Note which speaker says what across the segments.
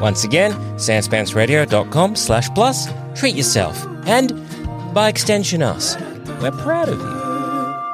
Speaker 1: Once again, sanspantsradio.com slash plus, treat yourself, and by extension us. We're proud of you.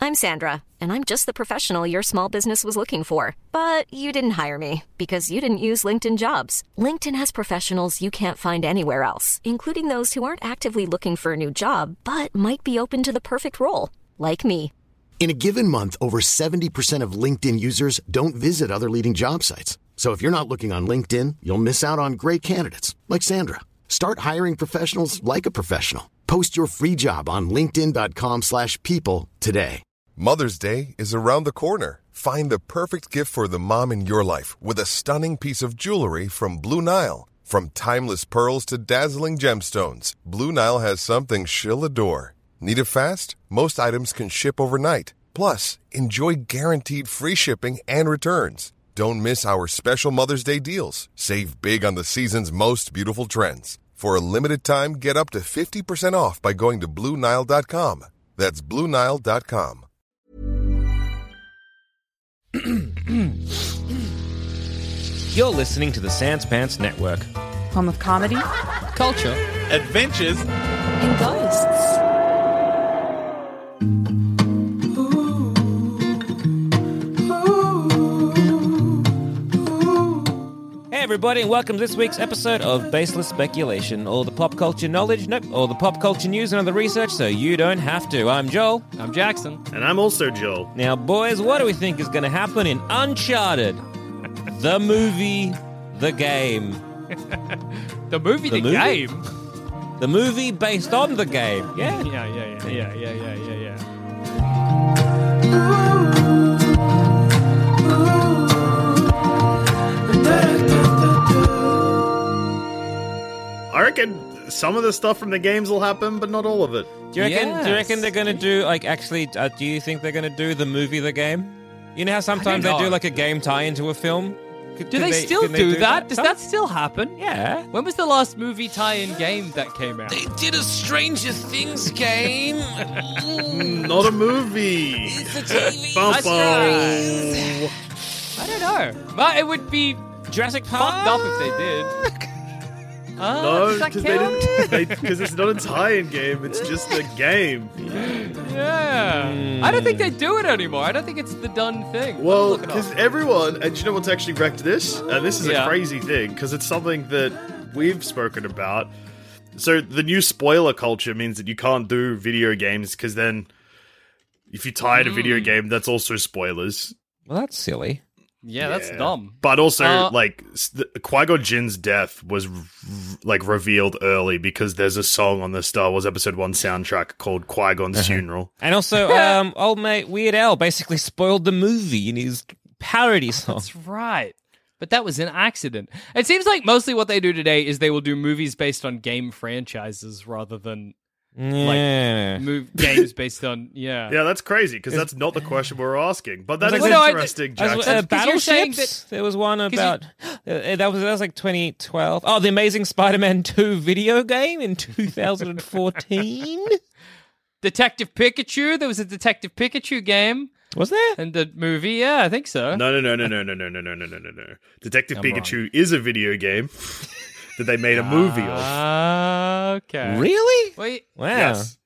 Speaker 2: I'm Sandra, and I'm just the professional your small business was looking for. But you didn't hire me because you didn't use LinkedIn jobs. LinkedIn has professionals you can't find anywhere else, including those who aren't actively looking for a new job but might be open to the perfect role, like me.
Speaker 3: In a given month, over 70% of LinkedIn users don't visit other leading job sites. So if you're not looking on LinkedIn, you'll miss out on great candidates like Sandra. Start hiring professionals like a professional. Post your free job on linkedin.com/people slash people today.
Speaker 4: Mother's Day is around the corner. Find the perfect gift for the mom in your life with a stunning piece of jewelry from Blue Nile. From timeless pearls to dazzling gemstones, Blue Nile has something she'll adore. Need it fast? Most items can ship overnight. Plus, enjoy guaranteed free shipping and returns. Don't miss our special Mother's Day deals. Save big on the season's most beautiful trends. For a limited time, get up to 50% off by going to Blue Nile.com. That's Blue Nile.com.
Speaker 1: You're listening to the Sanspants Network.
Speaker 5: Home of comedy?
Speaker 6: culture, adventures.
Speaker 2: And ghosts.
Speaker 1: Hey everybody, and welcome to this week's episode of Baseless Speculation. All the pop culture knowledge, nope, all the pop culture news and other research, so you don't have to. I'm Joel.
Speaker 6: I'm Jackson.
Speaker 7: And I'm also Joel.
Speaker 1: Now, boys, what do we think is going to happen in Uncharted? The movie, the game.
Speaker 6: The movie,
Speaker 1: The
Speaker 6: the,
Speaker 1: movie?
Speaker 6: game.
Speaker 1: The movie based on the game, yeah?
Speaker 6: Yeah, yeah, yeah, yeah, yeah, yeah, yeah, yeah.
Speaker 7: I reckon some of the stuff from the games will happen, but not all of it.
Speaker 1: Do you reckon? Do you reckon
Speaker 6: Yes.
Speaker 1: they're gonna do like actually? Uh, do you think they're gonna do the movie, the game? You know how sometimes they
Speaker 6: know.
Speaker 1: do like a game tie into a film. Could,
Speaker 6: Do
Speaker 1: could
Speaker 6: they, still
Speaker 1: could
Speaker 6: do, that? Does that still happen?
Speaker 1: Yeah.
Speaker 6: When was the last movie tie-in game that came out?
Speaker 8: They did a Stranger Things game. Ooh,
Speaker 7: Not a movie.
Speaker 8: the TV
Speaker 7: Bum,
Speaker 8: series.
Speaker 6: Oh,
Speaker 7: bum.
Speaker 6: I don't know. But it would be
Speaker 1: Jurassic Park?
Speaker 6: fucked up if they did. Ah,
Speaker 7: No,
Speaker 6: does that
Speaker 7: because they
Speaker 6: count?
Speaker 7: didn't. Because it's not a tie-in game. It's just a game.
Speaker 6: Yeah. I don't think they do it anymore. I don't think it's the done thing. I'm
Speaker 7: Well,
Speaker 6: looking
Speaker 7: because
Speaker 6: up.
Speaker 7: everyone, and do you know what's actually wrecked this? And this is
Speaker 6: Yeah.
Speaker 7: a crazy thing because it's something that we've spoken about. So the new spoiler culture means that you can't do video games because then, if you tie in a video
Speaker 6: Mm.
Speaker 7: game, that's also spoilers.
Speaker 1: Well, that's silly.
Speaker 6: yeah, that's
Speaker 7: Yeah.
Speaker 6: dumb.
Speaker 7: But also,
Speaker 6: Uh,
Speaker 7: like Qui Gon Jinn's death was r- like revealed early because there's a song on the Star Wars Episode One soundtrack called Qui Gon's
Speaker 6: Uh-huh.
Speaker 7: Funeral.
Speaker 1: And also, um, old mate Weird Al basically spoiled the movie in his parody song.
Speaker 6: That's right. But that was an accident. It seems like mostly what they do today is they will do movies based on game franchises rather than
Speaker 1: yeah.
Speaker 6: move games based on yeah.
Speaker 7: Yeah, that's crazy because that's not the question we're asking. But that
Speaker 6: Like,
Speaker 7: is
Speaker 6: well, no, I-
Speaker 7: interesting,
Speaker 1: As-
Speaker 7: Jackson.
Speaker 1: uh,
Speaker 6: because you're saying
Speaker 1: battleships. There was one
Speaker 6: 'cause you-
Speaker 1: about uh, that was that was like 2012. Oh, the Amazing Spider-Man 2 video game in 2014.
Speaker 6: Detective Pikachu. There was a Detective Pikachu game
Speaker 1: was there?
Speaker 6: and the movie. Yeah, I think so.
Speaker 7: no, no, no, no, no, no, no, no, no, no, no, no, no. Detective Pikachu is a video game that they made a movie of.
Speaker 6: Ah, okay.
Speaker 1: Really?
Speaker 6: Wait.
Speaker 1: Wow.
Speaker 7: Yes.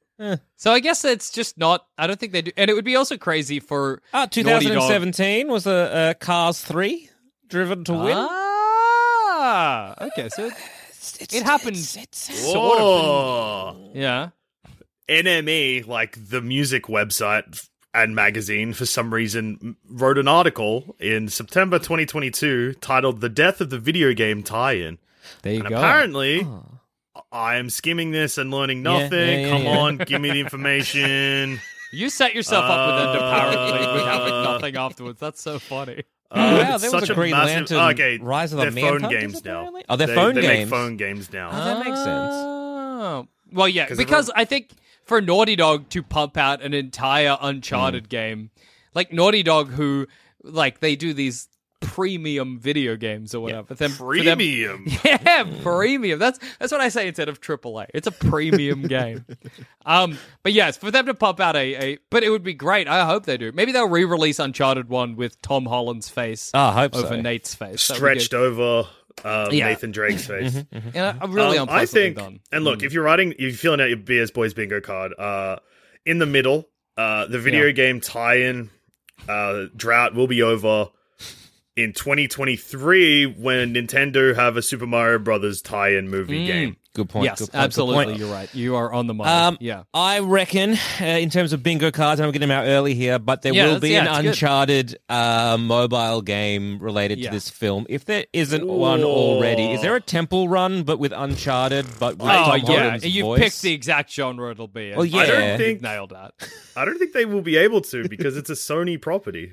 Speaker 6: So I guess it's just not. I don't think they do. And it would be also crazy for
Speaker 1: Ah,
Speaker 6: Naughty Dog-
Speaker 1: 2017 was a uh, Cars 3 driven to win.
Speaker 6: Ah, okay. So it, it happened.
Speaker 7: Oh,
Speaker 6: sort of.
Speaker 7: Whoa.
Speaker 6: Yeah.
Speaker 7: NME, E, like the music website and magazine, for some reason m- wrote an article in September 2022 titled "The Death of the Video Game Tie-in,"
Speaker 6: There you
Speaker 7: and
Speaker 6: go.
Speaker 7: apparently. I am skimming this and learning
Speaker 1: Yeah, yeah,
Speaker 7: nothing.
Speaker 1: yeah,
Speaker 7: Come
Speaker 1: yeah.
Speaker 7: on, give me the information.
Speaker 6: You set yourself up with an
Speaker 7: Uh,
Speaker 6: overpowered thing with having nothing afterwards. That's so funny.
Speaker 7: Uh,
Speaker 1: wow,
Speaker 7: it's
Speaker 1: there
Speaker 7: such
Speaker 1: was a
Speaker 7: a
Speaker 1: Green
Speaker 7: massive- oh,
Speaker 1: Lantern
Speaker 7: okay,
Speaker 1: Rise of the
Speaker 7: they're phone
Speaker 1: Manhunters,
Speaker 7: games now.
Speaker 1: apparently? Oh, they're
Speaker 7: they,
Speaker 1: phone
Speaker 7: they
Speaker 1: games.
Speaker 7: Make phone games now.
Speaker 1: Oh, that makes sense.
Speaker 6: Oh. Well, yeah,
Speaker 7: 'Cause
Speaker 6: because
Speaker 7: everyone-
Speaker 6: I think for Naughty Dog to pump out an entire Uncharted
Speaker 7: Mm.
Speaker 6: game, like Naughty Dog, who like they do these premium video games or whatever. Then for them-
Speaker 7: Premium.
Speaker 6: yeah, premium. That's that's what I say instead of AAA. It's a premium game. Um, but yes, for them to pump out a, a, but it would be great. I hope they do. Maybe they'll re-release Uncharted One with Tom Holland's face
Speaker 7: Ah,
Speaker 1: Oh, I hope
Speaker 6: over
Speaker 1: so.
Speaker 6: Nate's face, That would be
Speaker 7: Stretched over uh,
Speaker 6: Yeah.
Speaker 7: Nathan Drake's
Speaker 1: Mm-hmm.
Speaker 7: face.
Speaker 6: good. And I- I'm really
Speaker 7: Um, I
Speaker 6: unpleasantly
Speaker 7: think,
Speaker 6: done. Hmm.
Speaker 7: and look, if you're writing, if you're filling out your BS Boys bingo card, uh, in the middle, uh, the video
Speaker 6: Yeah.
Speaker 7: game tie-in uh, drought will be over in 2023 when Nintendo have a Super Mario Brothers tie-in
Speaker 6: Hmm.
Speaker 7: movie game.
Speaker 1: Good point.
Speaker 6: yes,
Speaker 1: good point, good
Speaker 6: absolutely.
Speaker 1: point.
Speaker 6: You're right. You are on the money.
Speaker 1: Um,
Speaker 6: yeah.
Speaker 1: I reckon uh, in terms of bingo cards, and I'm getting them out early here, but there
Speaker 6: Yeah,
Speaker 1: will
Speaker 6: that's-
Speaker 1: be
Speaker 6: yeah, it's
Speaker 1: an
Speaker 6: good.
Speaker 1: Uncharted uh, mobile game related
Speaker 6: Yeah.
Speaker 1: to this film. If there isn't one already, is there a temple run but with Uncharted but with
Speaker 6: Oh
Speaker 1: Tom
Speaker 6: yeah,
Speaker 1: Holland's
Speaker 6: you
Speaker 1: voice?
Speaker 6: picked the exact genre it'll be. in.
Speaker 1: Well,
Speaker 7: I
Speaker 1: Yeah.
Speaker 7: don't
Speaker 6: You've
Speaker 7: think
Speaker 6: nailed that.
Speaker 7: I don't think they will be able to because it's a Sony property.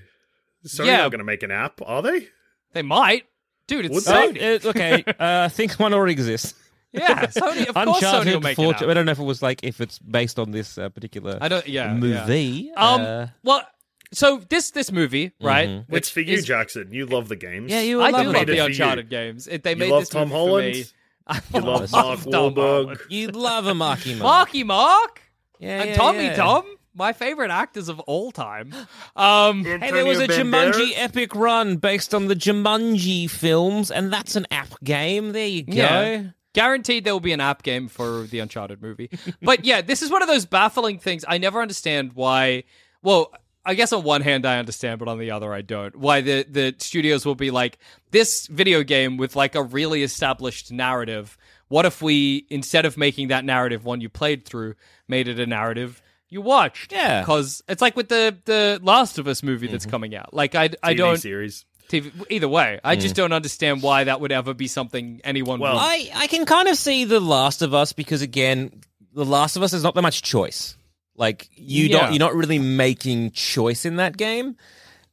Speaker 7: Sony
Speaker 6: Yeah.
Speaker 7: are going to make an app, are they?
Speaker 6: They might, dude. It's
Speaker 7: Would
Speaker 1: Oh,
Speaker 6: Sony.
Speaker 1: uh, okay, uh, I think one already exists.
Speaker 6: yeah, Sony. Of course, Sony will
Speaker 1: Uncharted.
Speaker 6: make
Speaker 1: 4
Speaker 6: it.
Speaker 1: I don't know if it was like if it's based on this uh, particular
Speaker 6: I don't. Yeah, yeah.
Speaker 1: movie.
Speaker 6: Um.
Speaker 1: uh,
Speaker 6: well, so this this movie,
Speaker 1: Mm-hmm.
Speaker 6: right?
Speaker 7: it's for you,
Speaker 6: is-
Speaker 7: Jackson. You love the games.
Speaker 1: yeah, you.
Speaker 6: I
Speaker 1: love
Speaker 6: do
Speaker 1: it.
Speaker 6: love
Speaker 7: it for
Speaker 6: the
Speaker 7: you.
Speaker 6: Uncharted games. It, they
Speaker 7: You
Speaker 6: made
Speaker 7: love
Speaker 6: this
Speaker 7: Tom
Speaker 6: movie
Speaker 7: Holland?
Speaker 6: For me. I
Speaker 7: You love Mark
Speaker 6: Tom
Speaker 7: Wahlberg.
Speaker 6: Holland.
Speaker 1: You love a Marky Mark.
Speaker 6: Marky Mark
Speaker 1: Yeah,
Speaker 6: and
Speaker 1: yeah,
Speaker 6: Tommy
Speaker 1: yeah.
Speaker 6: Tom, my favorite actors of all time. Um,
Speaker 1: Hey, there was a
Speaker 7: Antonio
Speaker 1: Jumanji
Speaker 7: Banderas?
Speaker 1: epic run based on the Jumanji films, and that's an app game. There you go.
Speaker 6: Yeah. Guaranteed there will be an app game for the Uncharted movie. but yeah, this is one of those baffling things. I never understand why. Well, I guess on one hand I understand, but on the other I don't. Why the, the studios will be like, this video game with like a really established narrative. What if we, instead of making that narrative one you played through, made it a narrative you watched?
Speaker 1: Yeah.
Speaker 6: Because it's like with the, the Last of Us movie that's coming out. Like, I, I
Speaker 7: TV
Speaker 6: don't.
Speaker 7: series.
Speaker 6: TV, either way, I just don't understand why that would ever be something anyone
Speaker 7: Well,
Speaker 6: would
Speaker 1: I, I can kind of see The Last of Us because again, The Last of Us is not that much choice. Like you
Speaker 6: Yeah.
Speaker 1: don't you're not really making choice in that game.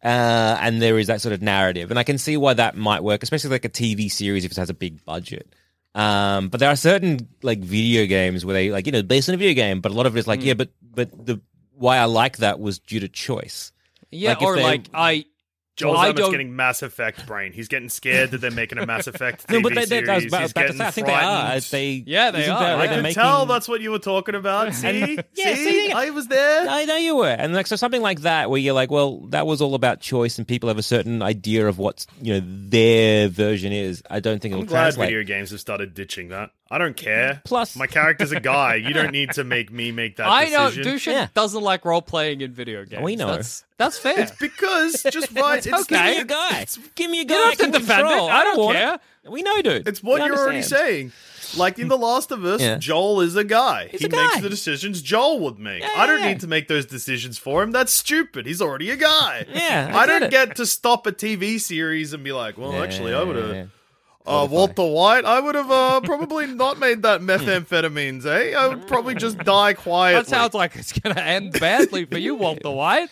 Speaker 1: Uh, and there is that sort of narrative. And I can see why that might work, especially like a TV series if it has a big budget. Um, but there are certain like video games where they like, you know, based on a video game, but a lot of it is
Speaker 6: Hmm.
Speaker 1: like, yeah, but but the why I like that was due to choice.
Speaker 6: Yeah,
Speaker 1: Like, if
Speaker 6: or
Speaker 1: they-
Speaker 6: like I.
Speaker 7: Joel
Speaker 6: I
Speaker 7: Zammett's
Speaker 6: don't-
Speaker 7: getting Mass Effect brain. He's getting scared that they're making a Mass Effect TV
Speaker 1: No, but they, they,
Speaker 7: series.
Speaker 1: that was ba-
Speaker 7: He's
Speaker 1: back to
Speaker 7: getting
Speaker 1: that. I think they are.
Speaker 7: frightened.
Speaker 1: They,
Speaker 6: Yeah, they
Speaker 1: isn't
Speaker 6: are.
Speaker 1: that-
Speaker 6: I
Speaker 7: I
Speaker 1: they're
Speaker 7: could
Speaker 1: making-
Speaker 7: tell that's what you were talking about. See,
Speaker 1: Yeah,
Speaker 7: see,
Speaker 1: see?
Speaker 7: I was there.
Speaker 1: I know you were. And like so something like that where you're like, well, that was all about choice and people have a certain idea of what, you know, their version is. I don't think it'll
Speaker 7: I'm glad
Speaker 1: translate.
Speaker 7: video games have started ditching that. I don't care.
Speaker 1: Plus-
Speaker 7: my character's a guy. You don't need to make me make that
Speaker 6: I know
Speaker 7: decision.
Speaker 6: Dushan
Speaker 1: Yeah.
Speaker 6: doesn't like role playing in video games.
Speaker 1: We know.
Speaker 6: that's, that's fair.
Speaker 7: It's because just right. It's
Speaker 1: Give me
Speaker 6: okay.
Speaker 1: a guy. Give me a guy.
Speaker 6: don't have
Speaker 1: I can
Speaker 6: to defend it.
Speaker 1: control.
Speaker 6: I don't
Speaker 1: want
Speaker 6: care.
Speaker 1: it. We know, dude.
Speaker 7: It's what
Speaker 1: We
Speaker 7: you're already
Speaker 1: understand.
Speaker 7: saying. Like in The Last of Us,
Speaker 1: Yeah.
Speaker 7: Joel is a guy.
Speaker 1: He's
Speaker 7: he
Speaker 1: a guy.
Speaker 7: makes the decisions Joel would make.
Speaker 1: Yeah,
Speaker 7: I don't
Speaker 1: yeah, yeah.
Speaker 7: need to make those decisions for him. That's stupid. He's already a guy.
Speaker 1: Yeah, I
Speaker 7: I,
Speaker 1: get
Speaker 7: don't
Speaker 1: it.
Speaker 7: get to stop a TV series and be like, well, actually, I would have.
Speaker 1: yeah.
Speaker 7: Uh, Walter White, I would have uh, probably not made that methamphetamines, eh? I would probably just die quietly.
Speaker 6: that sounds like it's gonna end badly for you, Walter White.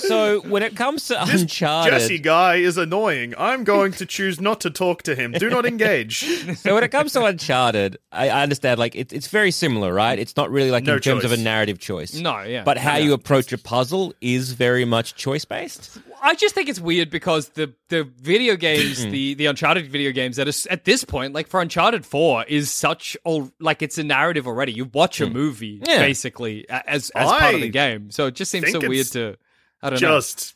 Speaker 1: So when it comes to
Speaker 7: This
Speaker 1: Uncharted,
Speaker 7: Jesse guy is annoying. I'm going to choose not to talk to him. Do not engage.
Speaker 1: so when it comes to Uncharted, I, I understand like it, it's very similar, right? It's not really like
Speaker 7: No
Speaker 1: in terms of a
Speaker 7: choice.
Speaker 1: narrative choice.
Speaker 6: No, yeah.
Speaker 1: But how
Speaker 6: Yeah.
Speaker 1: you approach a puzzle is very much choice based.
Speaker 6: I just think it's weird because the the video games, the the Uncharted video games that is at this point, like for Uncharted Four, is such all like it's a narrative already. You watch a movie
Speaker 1: Hmm. Yeah.
Speaker 6: basically a- as as part of
Speaker 7: I
Speaker 6: the game, so it just seems so
Speaker 7: think
Speaker 6: weird
Speaker 7: it's
Speaker 6: to. I don't
Speaker 7: Just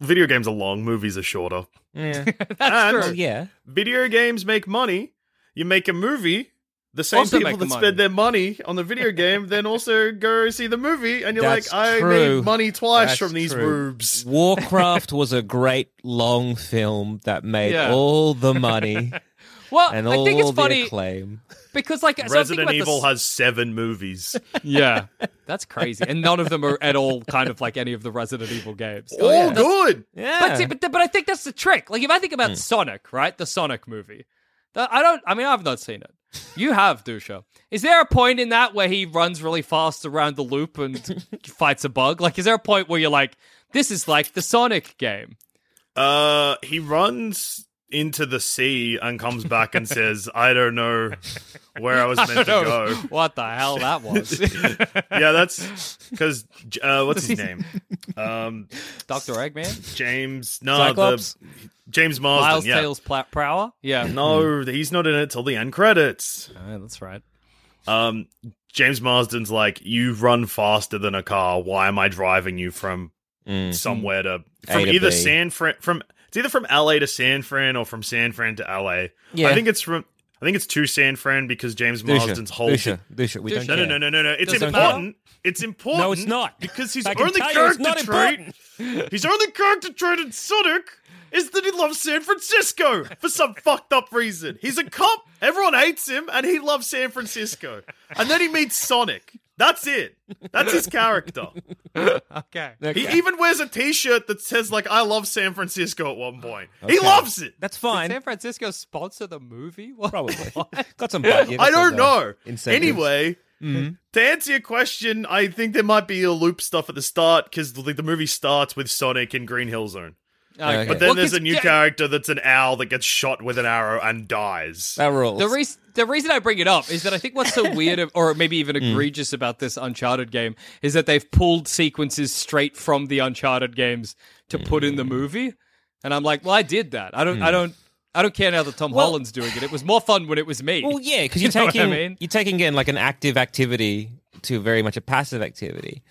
Speaker 7: video games are long, movies are shorter.
Speaker 1: Yeah. Oh,
Speaker 6: know. That's
Speaker 7: and-
Speaker 6: true.
Speaker 1: yeah.
Speaker 7: Video games make money. You make a movie. The same
Speaker 6: Also
Speaker 7: people
Speaker 6: make
Speaker 7: that
Speaker 6: money.
Speaker 7: spend their money on the video game then also go see the movie, and you're
Speaker 1: That's
Speaker 7: like, I
Speaker 1: true.
Speaker 7: made money twice
Speaker 1: That's
Speaker 7: from these
Speaker 1: true.
Speaker 7: rubes.
Speaker 1: Warcraft was a great long film that made
Speaker 6: Yeah.
Speaker 1: all the money
Speaker 6: Well,
Speaker 1: and
Speaker 6: I
Speaker 1: all
Speaker 6: think it's
Speaker 1: the
Speaker 6: funny
Speaker 1: acclaim.
Speaker 6: because like so I'm thinking
Speaker 7: Resident
Speaker 6: about
Speaker 7: Evil
Speaker 6: this-
Speaker 7: has seven movies.
Speaker 6: Yeah, that's crazy, and none of them are at all kind of like any of the Resident Evil games.
Speaker 7: All good.
Speaker 1: Yeah.
Speaker 6: But, see, but but I think that's the trick. Like if I think about Sonic, right, the Sonic movie, the- I don't. I mean, I've not seen it. You have, Dusha. Is there a point in that where he runs really fast around the loop and fights a bug? Like, is there a point where you're like, this is like the Sonic game?
Speaker 7: Uh, he runs into the sea and comes back and says, "I don't know where I was meant to
Speaker 6: No,
Speaker 7: go."
Speaker 6: what the hell that was,
Speaker 7: Yeah, that's because uh, what's his name? Um,
Speaker 6: Doctor Eggman,
Speaker 7: James. No,
Speaker 1: Cyclops?
Speaker 7: the James Marsden.
Speaker 6: Miles
Speaker 7: yeah.
Speaker 6: Tails Pla- Prower. Yeah,
Speaker 7: No, he's not in it till the end credits.
Speaker 6: Oh, that's right.
Speaker 7: Um, James Marsden's like, "You run faster than a car. Why am I driving you from somewhere to from
Speaker 1: Mm-hmm. to
Speaker 7: either
Speaker 1: B.
Speaker 7: San Fran from it's either from LA to San Fran or from San Fran to LA.
Speaker 1: Yeah.
Speaker 7: I think it's from I think it's to San Fran because James Marsden's whole
Speaker 1: Dusha, Dusha, we don't
Speaker 6: Dusha.
Speaker 7: No,
Speaker 1: care.
Speaker 7: no, no, no, no, no. It's
Speaker 6: Doesn't
Speaker 7: important. It's important.
Speaker 1: No, it's not.
Speaker 7: because he's
Speaker 1: I can
Speaker 7: only
Speaker 1: tell you
Speaker 7: character
Speaker 1: it's not
Speaker 7: trait. His only character trait in Sonic is that he loves San Francisco for some fucked up reason. He's a cop. Everyone hates him, and he loves San Francisco. And then he meets Sonic. That's it. That's his character.
Speaker 6: Okay.
Speaker 1: Okay.
Speaker 7: He even wears a T-shirt that says like "I love San Francisco" at one point. He loves it.
Speaker 1: That's
Speaker 6: Did
Speaker 1: fine.
Speaker 6: San Francisco sponsor the movie? What?
Speaker 1: Probably.
Speaker 6: What?
Speaker 1: Got some budget.
Speaker 7: I don't
Speaker 6: uh,
Speaker 7: know.
Speaker 1: Incentives.
Speaker 7: Anyway,
Speaker 6: Mm-hmm.
Speaker 7: to answer your question, I think there might be a loop stuff at the start because the, the movie starts with Sonic in Green Hill Zone.
Speaker 1: Okay.
Speaker 7: But then
Speaker 6: Well,
Speaker 7: there's
Speaker 6: 'cause-
Speaker 7: a new
Speaker 6: yeah,
Speaker 7: character that's an owl that gets shot with an arrow and dies.
Speaker 1: That rules.
Speaker 6: The reason the reason I bring it up is that I think what's so weird, of- or maybe even
Speaker 7: Mm.
Speaker 6: egregious, about this Uncharted game is that they've pulled sequences straight from the Uncharted games to put in the
Speaker 7: Mm.
Speaker 6: movie, and I'm like, well, I did that. I don't. I don't. I don't care now that Tom
Speaker 1: Well-
Speaker 6: Holland's doing it. It was more fun when it was me.
Speaker 1: Well, yeah, because
Speaker 6: You
Speaker 1: you're
Speaker 6: know what
Speaker 1: taking
Speaker 6: I mean?
Speaker 1: you're taking in like an active activity to very much a passive activity.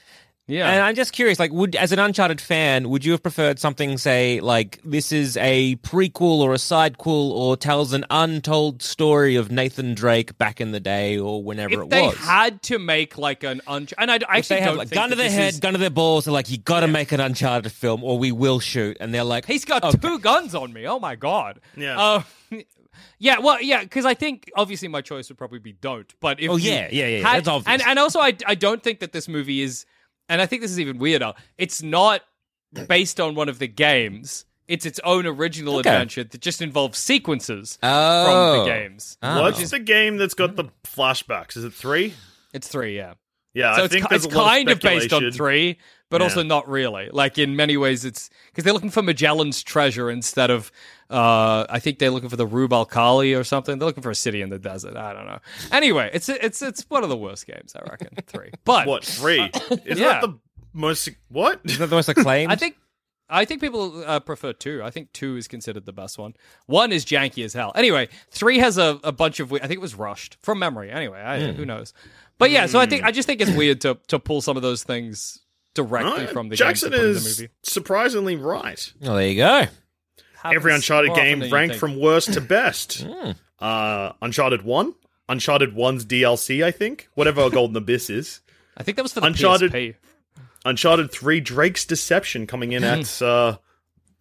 Speaker 6: yeah.
Speaker 1: And I'm just curious, like, would as an Uncharted fan, would you have preferred something, say, like this is a prequel or a sidequel or tells an untold story of Nathan Drake back in the day or whenever
Speaker 6: if
Speaker 1: it
Speaker 6: they
Speaker 1: was?
Speaker 6: had to make like an un- and I, I
Speaker 1: if they
Speaker 6: actually
Speaker 1: had
Speaker 6: don't
Speaker 1: like
Speaker 6: think
Speaker 1: gun to
Speaker 6: that
Speaker 1: their
Speaker 6: this
Speaker 1: head,
Speaker 6: is-
Speaker 1: gun to their balls, they're like, you got to make an Uncharted film or we will shoot, and they're like,
Speaker 6: He's got two guns on me. Oh my god.
Speaker 7: Yeah.
Speaker 6: Um, yeah. Well. Yeah. Because I think obviously my choice would probably be don't. But if
Speaker 1: Oh,
Speaker 6: you
Speaker 1: yeah, yeah, yeah,
Speaker 6: had-
Speaker 1: that's obvious.
Speaker 6: And and also I I don't think that this movie is, and I think this is even weirder. It's not based on one of the games. It's its own original
Speaker 1: Okay.
Speaker 6: adventure that just involves sequences
Speaker 1: Oh.
Speaker 6: from the games.
Speaker 7: What's the game that's
Speaker 6: Mm.
Speaker 7: got the flashbacks? Is it three?
Speaker 6: It's three. Yeah.
Speaker 7: Yeah,
Speaker 6: so
Speaker 7: I
Speaker 6: it's,
Speaker 7: think
Speaker 6: ki-
Speaker 7: there's
Speaker 6: it's
Speaker 7: a lot
Speaker 6: kind of based on
Speaker 7: speculation.
Speaker 6: three, but
Speaker 7: Yeah.
Speaker 6: also not really. Like in many ways, it's because they're looking for Magellan's treasure instead of. Uh, I think they're looking for the Rub al Khali or something. They're looking for a city in the desert. I don't know. Anyway, it's it's it's one of the worst games I reckon. Three, but
Speaker 7: What three? Is
Speaker 6: yeah.
Speaker 7: that the most? What?
Speaker 1: Isn't that the most acclaimed?
Speaker 6: I think I think people uh, prefer two. I think two is considered the best one. One is janky as hell. Anyway, three has a, a bunch of. we- I think it was rushed from memory. Anyway, I, who knows? But yeah, so I
Speaker 7: Hmm.
Speaker 6: think I just think it's weird to to pull some of those things directly
Speaker 7: Huh?
Speaker 6: from the
Speaker 7: Jackson
Speaker 6: games to put in the
Speaker 7: is
Speaker 6: movie.
Speaker 7: surprisingly right.
Speaker 1: Oh, there you go.
Speaker 7: Every
Speaker 6: Happens
Speaker 7: Uncharted
Speaker 6: more often
Speaker 7: game
Speaker 6: than oh, you
Speaker 7: ranked
Speaker 6: think.
Speaker 7: from worst to best. Uh, Uncharted One, Uncharted One's DLC, I think, whatever Golden Abyss is.
Speaker 6: I think that was for the
Speaker 7: Uncharted-
Speaker 6: PSP.
Speaker 7: Uncharted Three, Drake's Deception, coming in at uh,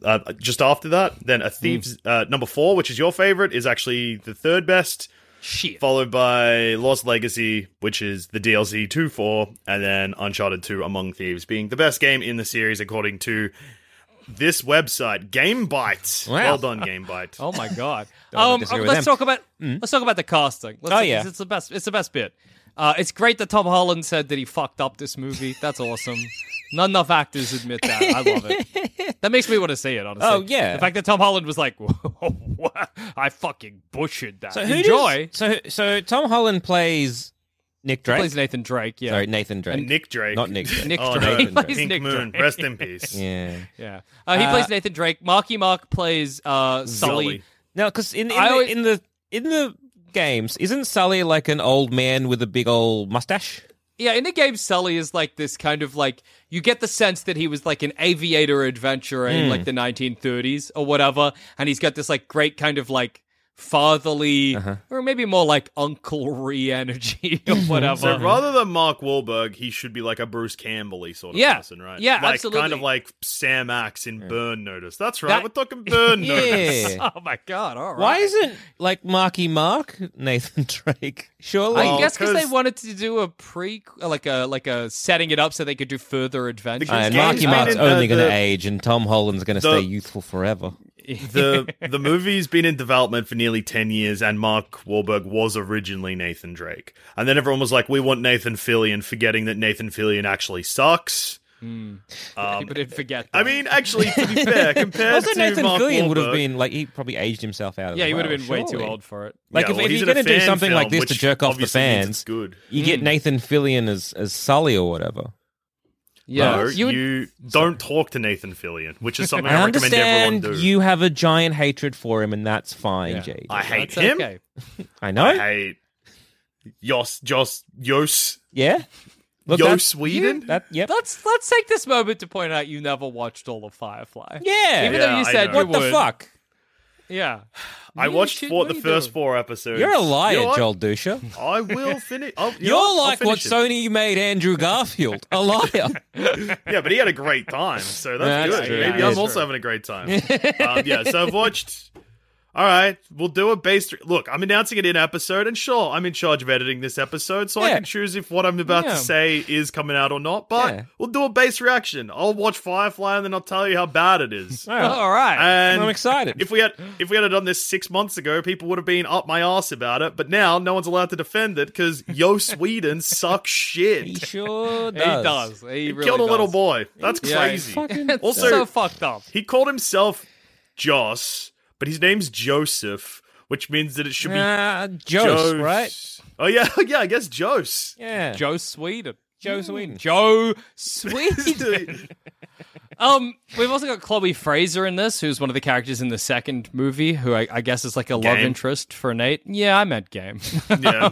Speaker 7: uh, just after that. Then a Thieves uh, number four, which is your favorite, is actually the third best,
Speaker 6: Shit.
Speaker 7: followed by Lost Legacy, which is the DLC two four, and then Uncharted Two Among Thieves being the best game in the series according to this website, GameByte.
Speaker 1: Wow.
Speaker 7: Well done, GameByte.
Speaker 6: Oh my god.
Speaker 1: wanna
Speaker 6: um,
Speaker 1: disagree with
Speaker 6: let's
Speaker 1: them. Mm.
Speaker 6: talk about let's talk about the casting. Let's
Speaker 1: Oh,
Speaker 6: it's-
Speaker 1: yeah.
Speaker 6: it's the best. It's the best bit. Uh, it's great that Tom Holland said that he fucked up this movie. That's awesome. Not enough actors admit that. I love it. That makes me want to see it. Honestly.
Speaker 1: Oh, yeah.
Speaker 6: The fact that Tom Holland was like, "Whoa, I fucking butchered that."
Speaker 1: So who
Speaker 6: Enjoy.
Speaker 1: does- so so Tom Holland plays Nick Drake.
Speaker 6: Plays Nathan Drake. Yeah.
Speaker 1: Sorry, Nathan Drake.
Speaker 7: Nick Drake,
Speaker 1: Not Nick Drake.
Speaker 6: Nick
Speaker 7: oh,
Speaker 1: Nathan
Speaker 6: Drake.
Speaker 7: No.
Speaker 1: Drake.
Speaker 6: Plays
Speaker 7: Pink
Speaker 6: Nick
Speaker 7: Moon,
Speaker 6: Drake.
Speaker 7: rest in peace.
Speaker 1: Yeah.
Speaker 6: Yeah. Uh, he plays Nathan Drake. Marky Mark plays uh, Sully.
Speaker 7: Sully.
Speaker 1: No, because in in,
Speaker 6: I
Speaker 1: the,
Speaker 6: always-
Speaker 1: in the in the games, isn't Sully like an old man with a big old mustache?
Speaker 6: Yeah, in the game, Sully is like this kind of like you get the sense that he was like an aviator adventurer in
Speaker 7: Hmm.
Speaker 6: like the 1930s or whatever, and he's got this like great kind of like fatherly
Speaker 7: Uh-huh.
Speaker 6: or maybe more like uncle re energy or whatever.
Speaker 7: So
Speaker 1: Uh-huh.
Speaker 7: rather than Mark Wahlberg, he should be like a Bruce Campbell sort of
Speaker 6: Yeah.
Speaker 7: person, right?
Speaker 6: Yeah,
Speaker 7: like, Kind
Speaker 6: absolutely.
Speaker 7: of like Sam Axe in Burn Notice. That's right.
Speaker 6: That-
Speaker 7: We're talking Burn Notice.
Speaker 1: Yeah.
Speaker 6: oh my god! All right.
Speaker 1: Why isn't like Marky Mark Nathan Drake? Surely.
Speaker 6: I
Speaker 7: Well,
Speaker 6: guess because they
Speaker 7: 'cause-
Speaker 6: wanted to do a pre, like a like a setting it up so they could do further adventures.
Speaker 1: Uh,
Speaker 7: Because
Speaker 1: and
Speaker 7: games
Speaker 1: Marky
Speaker 7: made
Speaker 1: Mark's
Speaker 7: in
Speaker 1: only
Speaker 7: the-
Speaker 1: going to
Speaker 7: the-
Speaker 1: age, and Tom Holland's going to stay
Speaker 7: the-
Speaker 1: youthful forever.
Speaker 7: the the movie's been in development for nearly ten years, and Mark Wahlberg was originally Nathan Drake, and then everyone was like, "We want Nathan Fillion," forgetting that Nathan Fillion actually sucks.
Speaker 6: People didn't forget.
Speaker 7: I
Speaker 6: that.
Speaker 7: mean, actually, to be fair, compared
Speaker 1: also,
Speaker 7: to
Speaker 1: Nathan
Speaker 7: Mark
Speaker 1: Fillion would have
Speaker 7: Wahlberg-
Speaker 1: been like he probably aged himself out of.
Speaker 6: yeah,
Speaker 1: the
Speaker 6: he would have
Speaker 1: role,
Speaker 6: been way too
Speaker 1: surely.
Speaker 6: old for it.
Speaker 1: Like
Speaker 7: Yeah,
Speaker 1: if,
Speaker 7: well,
Speaker 1: if
Speaker 7: he's
Speaker 1: you're
Speaker 7: in a
Speaker 1: gonna do
Speaker 7: fan
Speaker 1: something like
Speaker 7: film,
Speaker 1: this to
Speaker 7: which
Speaker 1: jerk off the
Speaker 7: obviously means
Speaker 1: fans,
Speaker 7: it's good.
Speaker 1: you get
Speaker 6: Hmm.
Speaker 1: Nathan Fillion as as Sully or whatever.
Speaker 6: Yeah,
Speaker 7: no,
Speaker 6: you
Speaker 7: you,
Speaker 6: would-
Speaker 7: don't talk to Nathan Fillion, which is something
Speaker 1: I
Speaker 7: I, recommend everyone
Speaker 1: understand
Speaker 7: do.
Speaker 1: you have a giant hatred for him, and that's fine,
Speaker 6: Yeah.
Speaker 1: JD.
Speaker 7: I hate
Speaker 6: that's
Speaker 7: him.
Speaker 6: okay.
Speaker 1: I know.
Speaker 7: I hate Yos, Jos, Yos,
Speaker 1: yeah. Look,
Speaker 7: Yo
Speaker 1: that's-
Speaker 7: Sweden?
Speaker 1: That, yep.
Speaker 6: Let's let's take this moment to point out you never watched all of Firefly.
Speaker 1: yeah.
Speaker 6: even
Speaker 7: Yeah,
Speaker 6: though you
Speaker 7: I
Speaker 6: said
Speaker 7: know.
Speaker 6: you
Speaker 1: what the
Speaker 6: would.
Speaker 1: fuck?
Speaker 6: Yeah,
Speaker 7: I
Speaker 6: You
Speaker 7: watched
Speaker 6: should-
Speaker 7: four,
Speaker 6: what
Speaker 7: the
Speaker 6: are you
Speaker 7: first
Speaker 6: doing?
Speaker 7: four episodes.
Speaker 1: You're a liar,
Speaker 7: You know what?
Speaker 1: Joel Dusha.
Speaker 7: I will finish. I'll, you know
Speaker 1: You're
Speaker 7: I'll
Speaker 1: like what
Speaker 7: finish it.
Speaker 1: Sony made Andrew Garfield, a liar.
Speaker 7: Yeah, but he had a great time, so that's,
Speaker 1: That's
Speaker 7: good.
Speaker 1: true.
Speaker 7: Maybe
Speaker 1: Yeah,
Speaker 7: I'm
Speaker 1: that's
Speaker 7: also
Speaker 6: true.
Speaker 7: having a great time. um, yeah, so I've watched. All right, we'll do a based. Look, I'm announcing it in episode, and sure, I'm in charge of editing this episode, so I
Speaker 1: Yeah.
Speaker 7: can choose if what I'm about
Speaker 1: Yeah.
Speaker 7: to say is coming out or not. But
Speaker 1: Yeah.
Speaker 7: we'll do a base reaction. I'll watch Firefly, and then I'll tell you how bad it is.
Speaker 6: all right.
Speaker 7: And
Speaker 1: I'm excited.
Speaker 7: If we had if we had done this six months ago, people would have been up my ass about it. But now, no one's allowed to defend it because Yo Sweden sucks shit.
Speaker 1: he sure
Speaker 6: he
Speaker 1: does.
Speaker 6: does. He,
Speaker 7: He
Speaker 6: really
Speaker 7: killed a
Speaker 6: does.
Speaker 7: little boy. That's
Speaker 6: Yeah, he
Speaker 7: crazy.
Speaker 1: Fucking
Speaker 6: It's
Speaker 7: Also-
Speaker 6: so fucked up.
Speaker 7: He called himself Joss, but his name's Joseph, which means that it should be
Speaker 1: uh,
Speaker 7: Jos.
Speaker 1: Joe, right?
Speaker 7: Oh yeah, yeah, I guess Jose.
Speaker 1: Yeah.
Speaker 6: Joe Sweden.
Speaker 1: Joe Sweden.
Speaker 6: Joe Sweden. um, we've also got Chloe Fraser in this, who's one of the characters in the second movie, who I, I guess is like a love
Speaker 7: Game.
Speaker 6: interest for Nate. Yeah, I meant game.
Speaker 7: yeah.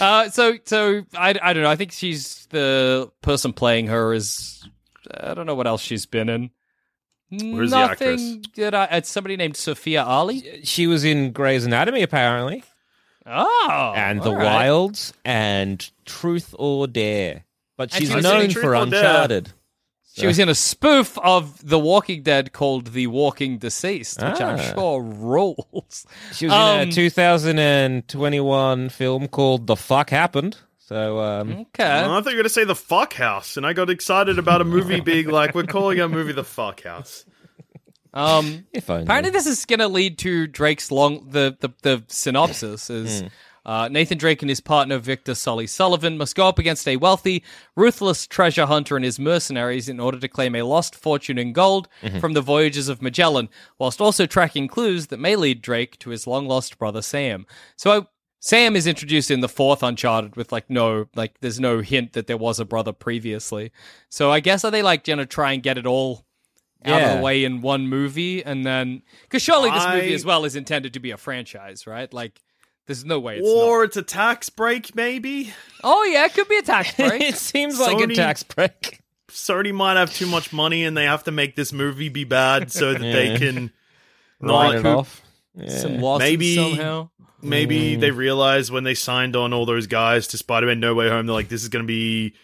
Speaker 6: uh, so, so I, I don't know. I think she's the person playing her is I don't know what else she's been in.
Speaker 7: Where's the
Speaker 6: Nothing
Speaker 7: actress?
Speaker 6: That I, it's somebody named Sophia Ali.
Speaker 1: She was in Grey's Anatomy, apparently,
Speaker 6: Oh,
Speaker 1: and The
Speaker 6: all right.
Speaker 1: Wilds, and Truth or Dare. But
Speaker 6: And
Speaker 1: she's
Speaker 6: she was
Speaker 1: known
Speaker 7: in Truth
Speaker 1: for
Speaker 7: or Dare.
Speaker 1: Uncharted.
Speaker 6: She was in a spoof of The Walking Dead called The Walking Deceased, which
Speaker 1: Ah.
Speaker 6: I'm sure rules.
Speaker 1: She was in
Speaker 6: Um,
Speaker 1: a 2021 film called The Fuck Happened. So, um,
Speaker 6: Okay.
Speaker 7: I thought you were gonna say the fuck house, and I got excited about a movie being like, we're calling our movie the fuck house.
Speaker 6: Um,
Speaker 1: if only.
Speaker 6: apparently, this is going to lead to Drake's long. The the, the synopsis is. Uh, Nathan Drake and his partner Victor Sully Sullivan must go up against a wealthy, ruthless treasure hunter and his mercenaries in order to claim a lost fortune in gold from the voyages of Magellan, whilst also tracking clues that may lead Drake to his long lost brother Sam. So I, Sam is introduced in the fourth Uncharted with like no, like there's no hint that there was a brother previously. So I guess are they like gonna try and get it all out of
Speaker 1: Yeah.
Speaker 6: the way in one movie and then because surely this movie
Speaker 7: I-
Speaker 6: as well is intended to be a franchise, right? Like there's no way it's
Speaker 7: Or it's a tax break, maybe.
Speaker 6: not. Oh yeah, it could be a tax break.
Speaker 1: it seems like a
Speaker 7: Sony-
Speaker 1: tax break.
Speaker 7: Sony might have too much money, and they have to make this movie be bad so that they can.
Speaker 1: Write
Speaker 7: Not,
Speaker 1: it off.
Speaker 6: Some losses
Speaker 7: Maybe-
Speaker 6: somehow.
Speaker 7: maybe
Speaker 6: Mm.
Speaker 7: they realized when they signed on all those guys to Spider-Man No Way Home, they're like, this is going to be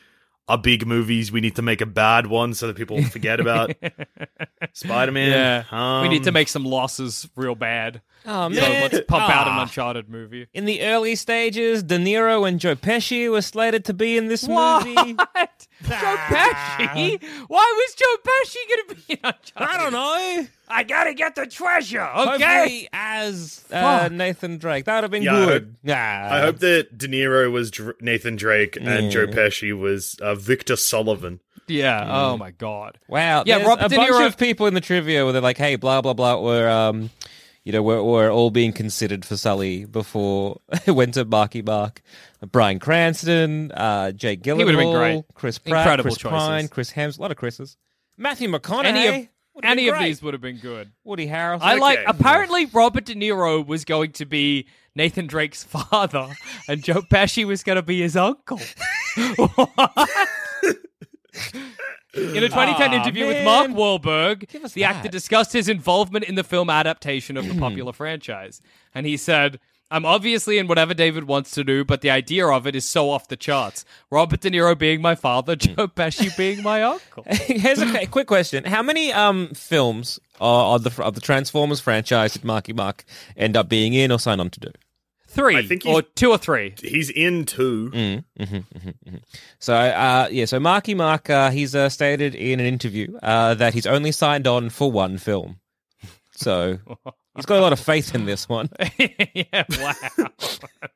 Speaker 7: a big movies. We need to make a bad one so that people forget about Spider-Man. Um,
Speaker 6: Yeah. we need to make some losses real bad.
Speaker 1: Oh,
Speaker 6: So
Speaker 1: man.
Speaker 6: let's pump out an
Speaker 1: Ah.
Speaker 6: Uncharted movie.
Speaker 1: In the early stages, De Niro and Joe Pesci were slated to be in this movie.
Speaker 6: What? Joe Pesci? Why was Joe Pesci going to be in Uncharted?
Speaker 1: I don't know.
Speaker 6: I gotta get the treasure,
Speaker 1: Hopefully as uh,
Speaker 6: Fuck.
Speaker 1: Nathan Drake. That would have been
Speaker 7: Yeah, I hope-
Speaker 1: good. Yeah.
Speaker 7: I hope that De Niro was Dr- Nathan Drake and Joe Pesci was uh, Victor Sullivan.
Speaker 6: Yeah.
Speaker 1: Hmm.
Speaker 6: Oh my god.
Speaker 1: Wow.
Speaker 6: Yeah,
Speaker 1: there's
Speaker 6: Robert
Speaker 1: a
Speaker 6: De
Speaker 1: bunch
Speaker 6: Niro-
Speaker 1: of people in the trivia where they're like, hey, blah, blah, blah, we're, um, you know, we're, we're all being considered for Sully before it went to Marky Mark. Brian Cranston, uh, Jake Gyllenhaal,
Speaker 6: would've been great.
Speaker 1: Chris Pratt,
Speaker 6: Incredible
Speaker 1: Chris
Speaker 6: choices.
Speaker 1: Pine, Chris Hems, a lot of Chris's. Matthew McConaughey.
Speaker 6: Any of
Speaker 1: would've been
Speaker 6: any of
Speaker 1: great.
Speaker 6: these would have been good.
Speaker 1: Woody Harrelson.
Speaker 6: I like.
Speaker 7: Okay.
Speaker 6: Apparently, Robert De Niro was going to be Nathan Drake's father, and Joe Pesci was going to be his uncle. What? In a 2010
Speaker 1: Aw,
Speaker 6: interview with
Speaker 1: man.
Speaker 6: Mark Wahlberg,
Speaker 1: Give us
Speaker 6: the actor
Speaker 1: that. Hmm.
Speaker 6: discussed his involvement in the film adaptation of the popular franchise. And he said, I'm obviously in whatever David wants to do, but the idea of it is so off the charts. Robert De Niro being my father, Joe Pesci being my uncle.
Speaker 1: Here's a qu- quick question: How many um films are, are the fr- of the Transformers franchise did Marky Mark end up being in or sign on to do?
Speaker 6: Three,
Speaker 7: I think he's-
Speaker 6: or two or three.
Speaker 7: He's in two.
Speaker 6: Mm.
Speaker 1: So uh, yeah, so Marky Mark uh, he's uh, stated in an interview uh, that he's only signed on for one film, so he's got a lot of faith in this one.
Speaker 6: yeah, wow.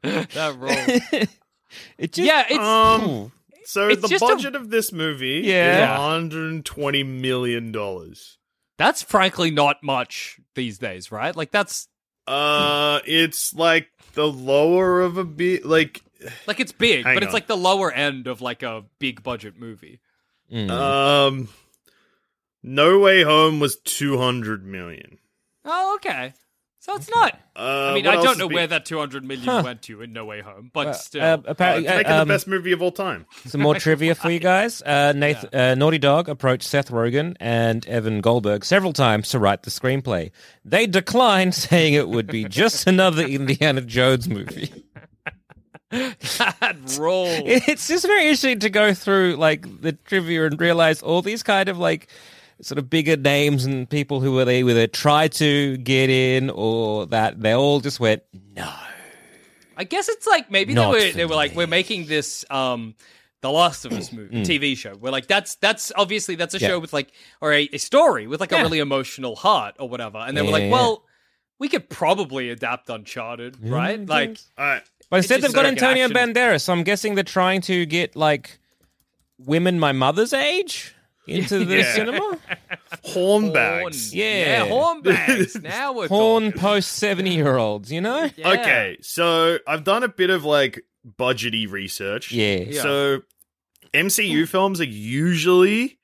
Speaker 6: that rules.
Speaker 1: It just,
Speaker 6: Yeah, it's
Speaker 7: Um, So
Speaker 6: It's
Speaker 7: the
Speaker 6: just a-
Speaker 7: budget of this movie
Speaker 6: Yeah.
Speaker 7: is 120 million dollars.
Speaker 6: That's frankly not much these days, right? Like that's
Speaker 7: Uh, it's like the lower of a bit. Like,
Speaker 6: like it's big,
Speaker 7: Hang
Speaker 6: but it's
Speaker 7: on.
Speaker 6: like the lower end of like a big budget movie. Mm-hmm.
Speaker 7: um, No Way Home was 200 million.
Speaker 6: Oh, okay. So it's not.
Speaker 7: Uh,
Speaker 6: I mean,
Speaker 7: what
Speaker 6: I
Speaker 7: else
Speaker 6: don't
Speaker 7: is
Speaker 6: know
Speaker 7: be-
Speaker 6: where that 200 million went to in No Way Home, but still.
Speaker 1: Uh,
Speaker 7: Uh,
Speaker 1: apparently,
Speaker 7: it's making
Speaker 1: uh, um,
Speaker 7: the best movie of all time.
Speaker 1: Some more trivia for you guys. Uh, Nath uh, Naughty Dog approached Seth Rogen and Evan Goldberg several times to write the screenplay. They declined, saying it would be just another Indiana Jones movie.
Speaker 6: that roll.
Speaker 1: It's just very interesting to go through like the trivia and realize all these kind of like sort of bigger names and people who were they either tried to get in or that they all just went no.
Speaker 6: I guess it's like maybe
Speaker 1: Not
Speaker 6: they were they
Speaker 1: for Mm,
Speaker 6: were like we're making this um the Last of Us movie TV show. We're like that's that's obviously that's a
Speaker 1: Yeah.
Speaker 6: show with like or a, a story with like a really emotional heart or whatever. And they were
Speaker 1: Yeah,
Speaker 6: like,
Speaker 1: yeah,
Speaker 6: well, we could probably adapt Uncharted, right? Like
Speaker 7: All right.
Speaker 1: But instead,
Speaker 6: just
Speaker 1: they've got
Speaker 6: like an
Speaker 1: Antonio
Speaker 6: action-
Speaker 1: Banderas. So I'm guessing they're trying to get like women my mother's age into the
Speaker 7: Yeah.
Speaker 1: cinema.
Speaker 7: Hornbags.
Speaker 1: Yeah.
Speaker 6: yeah, hornbags. now we're
Speaker 1: Porn
Speaker 6: talking.
Speaker 1: post seventy year olds, you know?
Speaker 6: Yeah.
Speaker 7: Okay, so I've done a bit of like budgety research.
Speaker 1: Yeah.
Speaker 7: So MCU films are usually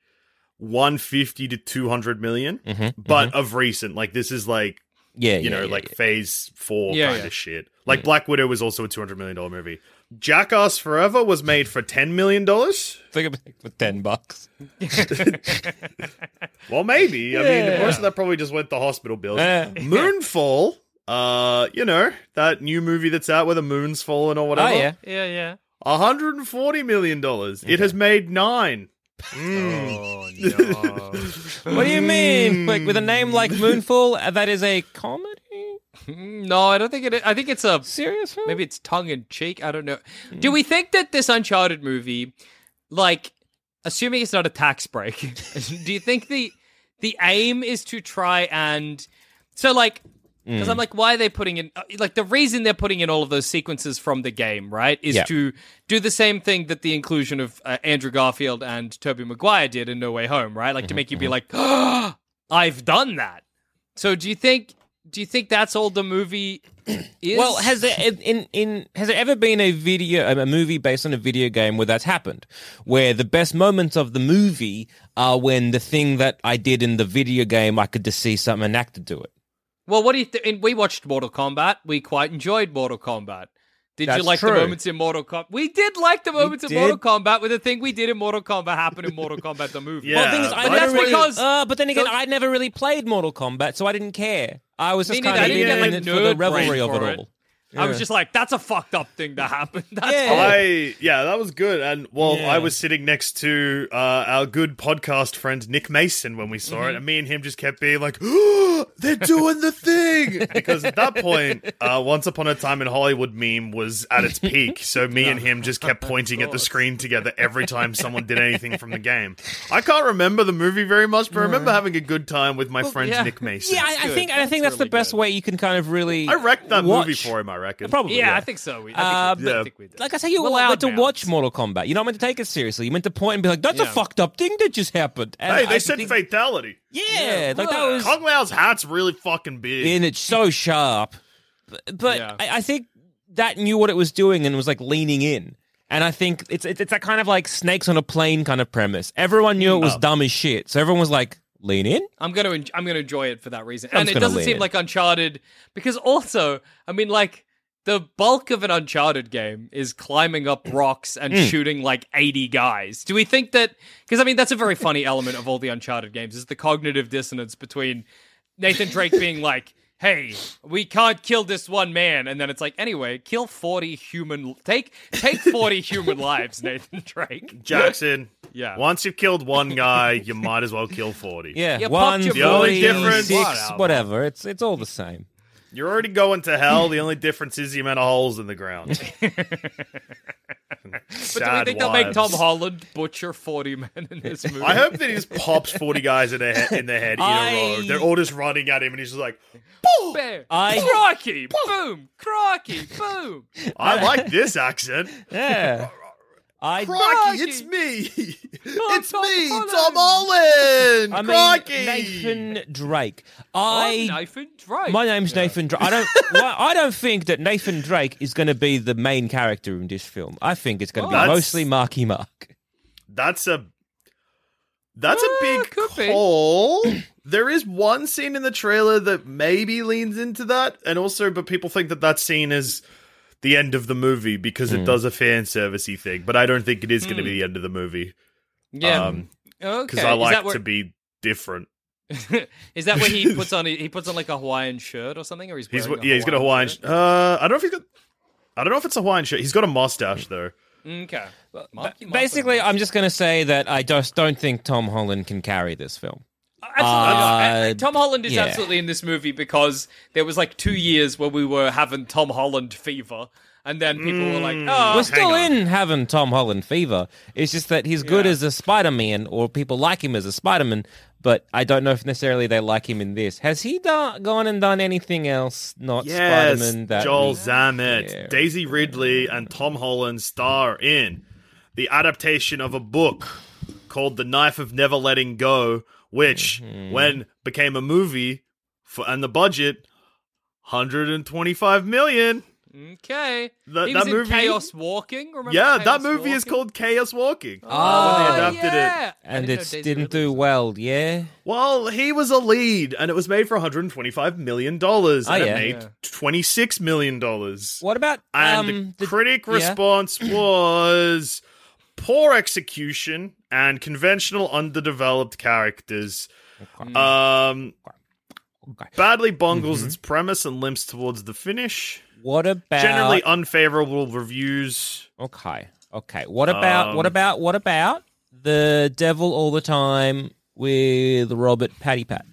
Speaker 7: 150 to 200 million, but of recent, like this is like,
Speaker 1: Yeah,
Speaker 7: you
Speaker 1: yeah,
Speaker 7: know,
Speaker 1: yeah,
Speaker 7: like
Speaker 1: yeah.
Speaker 7: phase four
Speaker 6: Yeah,
Speaker 7: kind
Speaker 6: yeah.
Speaker 7: of shit. Like Black Widow was also a 200 million dollar movie. Jackass Forever was made for 10 million dollars?
Speaker 1: think about it for ten bucks.
Speaker 7: Well, maybe. I mean, most of that probably just went to hospital bills.
Speaker 1: Yeah.
Speaker 7: Moonfall, uh, you know, that new movie that's out where the moon's fallen
Speaker 1: Oh
Speaker 7: or whatever.
Speaker 1: yeah.
Speaker 6: Yeah, yeah.
Speaker 7: 140 million dollars. It has made 9.
Speaker 6: Oh no.
Speaker 1: What do you mean? Like with a name like Moonfall, uh, that is a comedy
Speaker 6: Mm, no, I don't think it is. I think it's a
Speaker 1: serious film?
Speaker 6: Maybe it's tongue in cheek. I don't know.
Speaker 1: Mm.
Speaker 6: Do we think that this Uncharted movie, like, assuming it's not a tax break, do you think the the aim is to try and so like because
Speaker 1: Mm.
Speaker 6: I'm like, why are they putting in uh, like the reason they're putting in all of those sequences from the game, right? Is
Speaker 1: Yeah.
Speaker 6: to do the same thing that the inclusion of uh, Andrew Garfield and Tobey Maguire did in No Way Home, right? Like to make you
Speaker 1: Mm-hmm,
Speaker 6: be like, oh, I've done that. So do you think? Do you think that's all the movie is?
Speaker 1: Well, has there in, in in has there ever been a video a movie based on a video game where that's happened, where the best moments of the movie are when the thing that I did in the video game I could just see some an actor do it.
Speaker 6: Well, what do you think? We watched Mortal Kombat. We quite enjoyed Mortal Kombat. Did you
Speaker 1: That's
Speaker 6: like
Speaker 1: true.
Speaker 6: the moments in Mortal Kombat? We did like the moments in
Speaker 1: did.
Speaker 6: Mortal Kombat with the thing we did in Mortal Kombat happened in Mortal Kombat the movie.
Speaker 7: Well, the thing
Speaker 1: Things
Speaker 7: Yeah,
Speaker 1: I
Speaker 7: but
Speaker 1: never
Speaker 6: that's
Speaker 1: really-
Speaker 6: because
Speaker 1: uh, but then again,
Speaker 6: don't-
Speaker 1: I never really played Mortal Kombat, so I didn't care. I was just
Speaker 6: Me neither.
Speaker 1: kind of
Speaker 7: I didn't
Speaker 1: in
Speaker 7: get
Speaker 1: it
Speaker 6: the
Speaker 1: for the
Speaker 6: nerd brain
Speaker 1: revelry of
Speaker 6: for
Speaker 1: it
Speaker 6: it.
Speaker 1: all.
Speaker 6: I was just like, that's a fucked up thing that happened. That's
Speaker 1: Yeah.
Speaker 6: all.
Speaker 7: I yeah, that was good. And well,
Speaker 1: Yeah.
Speaker 7: I was sitting next to uh, our good podcast friend Nick Mason when we saw
Speaker 1: Mm-hmm.
Speaker 7: it, and me and him just kept being like, "Oh, "They're doing the thing!" Because at that point, uh, Once Upon a Time in Hollywood meme was at its peak, so me and him just kept pointing at the screen together every time someone did anything from the game. I can't remember the movie very much, but I remember having a good time with my friend
Speaker 6: yeah.
Speaker 7: Nick Mason.
Speaker 1: Yeah, I, I
Speaker 6: good.
Speaker 1: think I think that's,
Speaker 6: That's
Speaker 1: the
Speaker 6: really
Speaker 1: best
Speaker 6: good.
Speaker 1: way you can kind of really.
Speaker 7: I wrecked that
Speaker 1: watch.
Speaker 7: movie for him. I reckon.
Speaker 1: Probably.
Speaker 6: yeah, I think so. We, I,
Speaker 1: Um,
Speaker 6: think we, I
Speaker 7: Yeah.
Speaker 6: think we did.
Speaker 1: Like I say, you
Speaker 6: We're
Speaker 1: were allowed
Speaker 6: loud
Speaker 1: to
Speaker 6: mouths.
Speaker 1: watch Mortal Kombat. You're not meant to take it seriously. You're meant to point and be like, "That's a
Speaker 6: Yeah.
Speaker 1: fucked up thing that just happened." And
Speaker 7: Hey, they
Speaker 1: I
Speaker 7: said
Speaker 1: think-
Speaker 7: fatality.
Speaker 1: Yeah, like that was,
Speaker 7: Kung Lao's hat's really fucking big.
Speaker 1: and it's so sharp. But, but
Speaker 6: Yeah.
Speaker 1: I, I think that knew what it was doing and was like leaning in. And I think it's it's, it's that kind of like snakes on a plane kind of premise. Everyone knew it was dumb as shit, so everyone was like, "Lean in."
Speaker 6: I'm gonna en- I'm gonna enjoy it for that reason,
Speaker 1: I'm
Speaker 6: and
Speaker 1: just
Speaker 6: it
Speaker 1: gonna
Speaker 6: doesn't
Speaker 1: lean
Speaker 6: seem
Speaker 1: in.
Speaker 6: like Uncharted because also I mean like the bulk of an Uncharted game is climbing up rocks and
Speaker 1: Hmm.
Speaker 6: shooting like 80 guys. Do we think that? Because I mean that's a very funny element of all the Uncharted games is the cognitive dissonance between Nathan Drake being like. Hey, we can't kill this one man, and then it's like, anyway, kill forty human. Take take forty human lives, Nathan Drake.
Speaker 7: Jackson.
Speaker 6: Yeah.
Speaker 7: Once you've killed one guy, you might as well kill forty.
Speaker 1: Yeah,
Speaker 6: Yeah,
Speaker 1: one,
Speaker 6: pop your
Speaker 1: three,
Speaker 7: The only difference-
Speaker 1: six, whatever. It's it's all the same.
Speaker 7: You're already going to hell. The only difference is the amount of holes in the ground.
Speaker 6: But do we think they'll make Tom Holland butcher forty men in this movie?
Speaker 7: I hope that he just pops forty guys in their head, in their head in
Speaker 1: I-
Speaker 7: a row. They're all just running at him, and he's just like,
Speaker 6: Bear.
Speaker 1: I-
Speaker 6: Crocky, boom, crocky, boom.
Speaker 7: "I like this accent."
Speaker 1: Yeah. I
Speaker 7: Crocky, it's me! it's me, Tom Holland!
Speaker 1: I mean,
Speaker 7: Crocky!
Speaker 1: Nathan Drake.
Speaker 6: I'm
Speaker 1: I
Speaker 6: Nathan Drake.
Speaker 1: my name's Nathan Drake. I don't. well, I don't think that Nathan Drake is going to be the main character in this film. I think it's going to be
Speaker 7: That's-
Speaker 1: mostly Marky Mark.
Speaker 7: That's a that's a
Speaker 6: Ah,
Speaker 7: big
Speaker 6: could be.
Speaker 7: call. there is one scene in the trailer that maybe leans into that, and also, but people think that that scene is the end of the movie because it does a fan servicey thing. But I don't think it is going to be the end of the movie
Speaker 6: yeah.
Speaker 7: um,
Speaker 6: Hmm. okay.
Speaker 7: because I
Speaker 6: is
Speaker 7: like
Speaker 6: that where,
Speaker 7: to be different.
Speaker 6: is that where he puts on he puts on like a Hawaiian shirt or something, or he's
Speaker 7: He's
Speaker 6: wearing
Speaker 7: yeah, he's got a Hawaiian. sh-
Speaker 6: shirt?
Speaker 7: Uh, I don't know if he's got. I don't know if it's a Hawaiian shirt. He's got a mustache though.
Speaker 6: Okay. Marky Mark.
Speaker 1: Basically, I'm just going to say that I just don't think Tom Holland can carry this film.
Speaker 6: Absolutely. not. And- and
Speaker 1: Uh,
Speaker 6: Tom Holland is
Speaker 1: yeah.
Speaker 6: absolutely in this movie because there was like two years where we were having Tom Holland fever, and then people were like,
Speaker 7: Mm.
Speaker 6: "Oh,
Speaker 1: We're still in having Tom Holland fever. It's just that he's good as a Spider Man, or people like him as a Spider Man, but I don't know if necessarily they like him in this. Has he done, gone and done anything else not
Speaker 7: Yes,
Speaker 1: Spider Man that.
Speaker 7: Joel
Speaker 1: we-
Speaker 7: Zammett,
Speaker 1: Yeah.
Speaker 7: Daisy Ridley, and Tom Holland star in the adaptation of a book called "The Knife of Never Letting Go," which, when became a movie, for and the budget, hundred and twenty-five million.
Speaker 6: okay."
Speaker 7: That-
Speaker 6: he
Speaker 7: that
Speaker 6: was
Speaker 7: movie-
Speaker 6: in Chaos Walking. Remember?
Speaker 7: Yeah,
Speaker 6: Chaos
Speaker 7: that movie is
Speaker 6: Walking?
Speaker 7: called Chaos Walking.
Speaker 1: Oh,
Speaker 7: Ah, when they adapted it.
Speaker 6: yeah. I
Speaker 1: And
Speaker 6: didn't know
Speaker 1: it
Speaker 6: Daisy
Speaker 1: didn't
Speaker 6: Ridley
Speaker 1: do
Speaker 6: was-
Speaker 1: well, yeah?
Speaker 7: Well, he was a lead, and it was made for 125 million dollars,
Speaker 1: Oh,
Speaker 7: and
Speaker 1: yeah.
Speaker 7: it made
Speaker 6: Yeah.
Speaker 7: 26 million dollars.
Speaker 1: What about.
Speaker 7: and
Speaker 1: um,
Speaker 7: the
Speaker 1: the-
Speaker 7: critic
Speaker 1: yeah?
Speaker 7: response was poor execution and conventional underdeveloped characters. Um, badly bungles its premise and limps towards the finish.
Speaker 1: What about.
Speaker 7: Generally unfavorable reviews.
Speaker 1: Okay. Okay. What about
Speaker 7: Um,
Speaker 1: what about what about the devil all the time with Robert Patty Pat?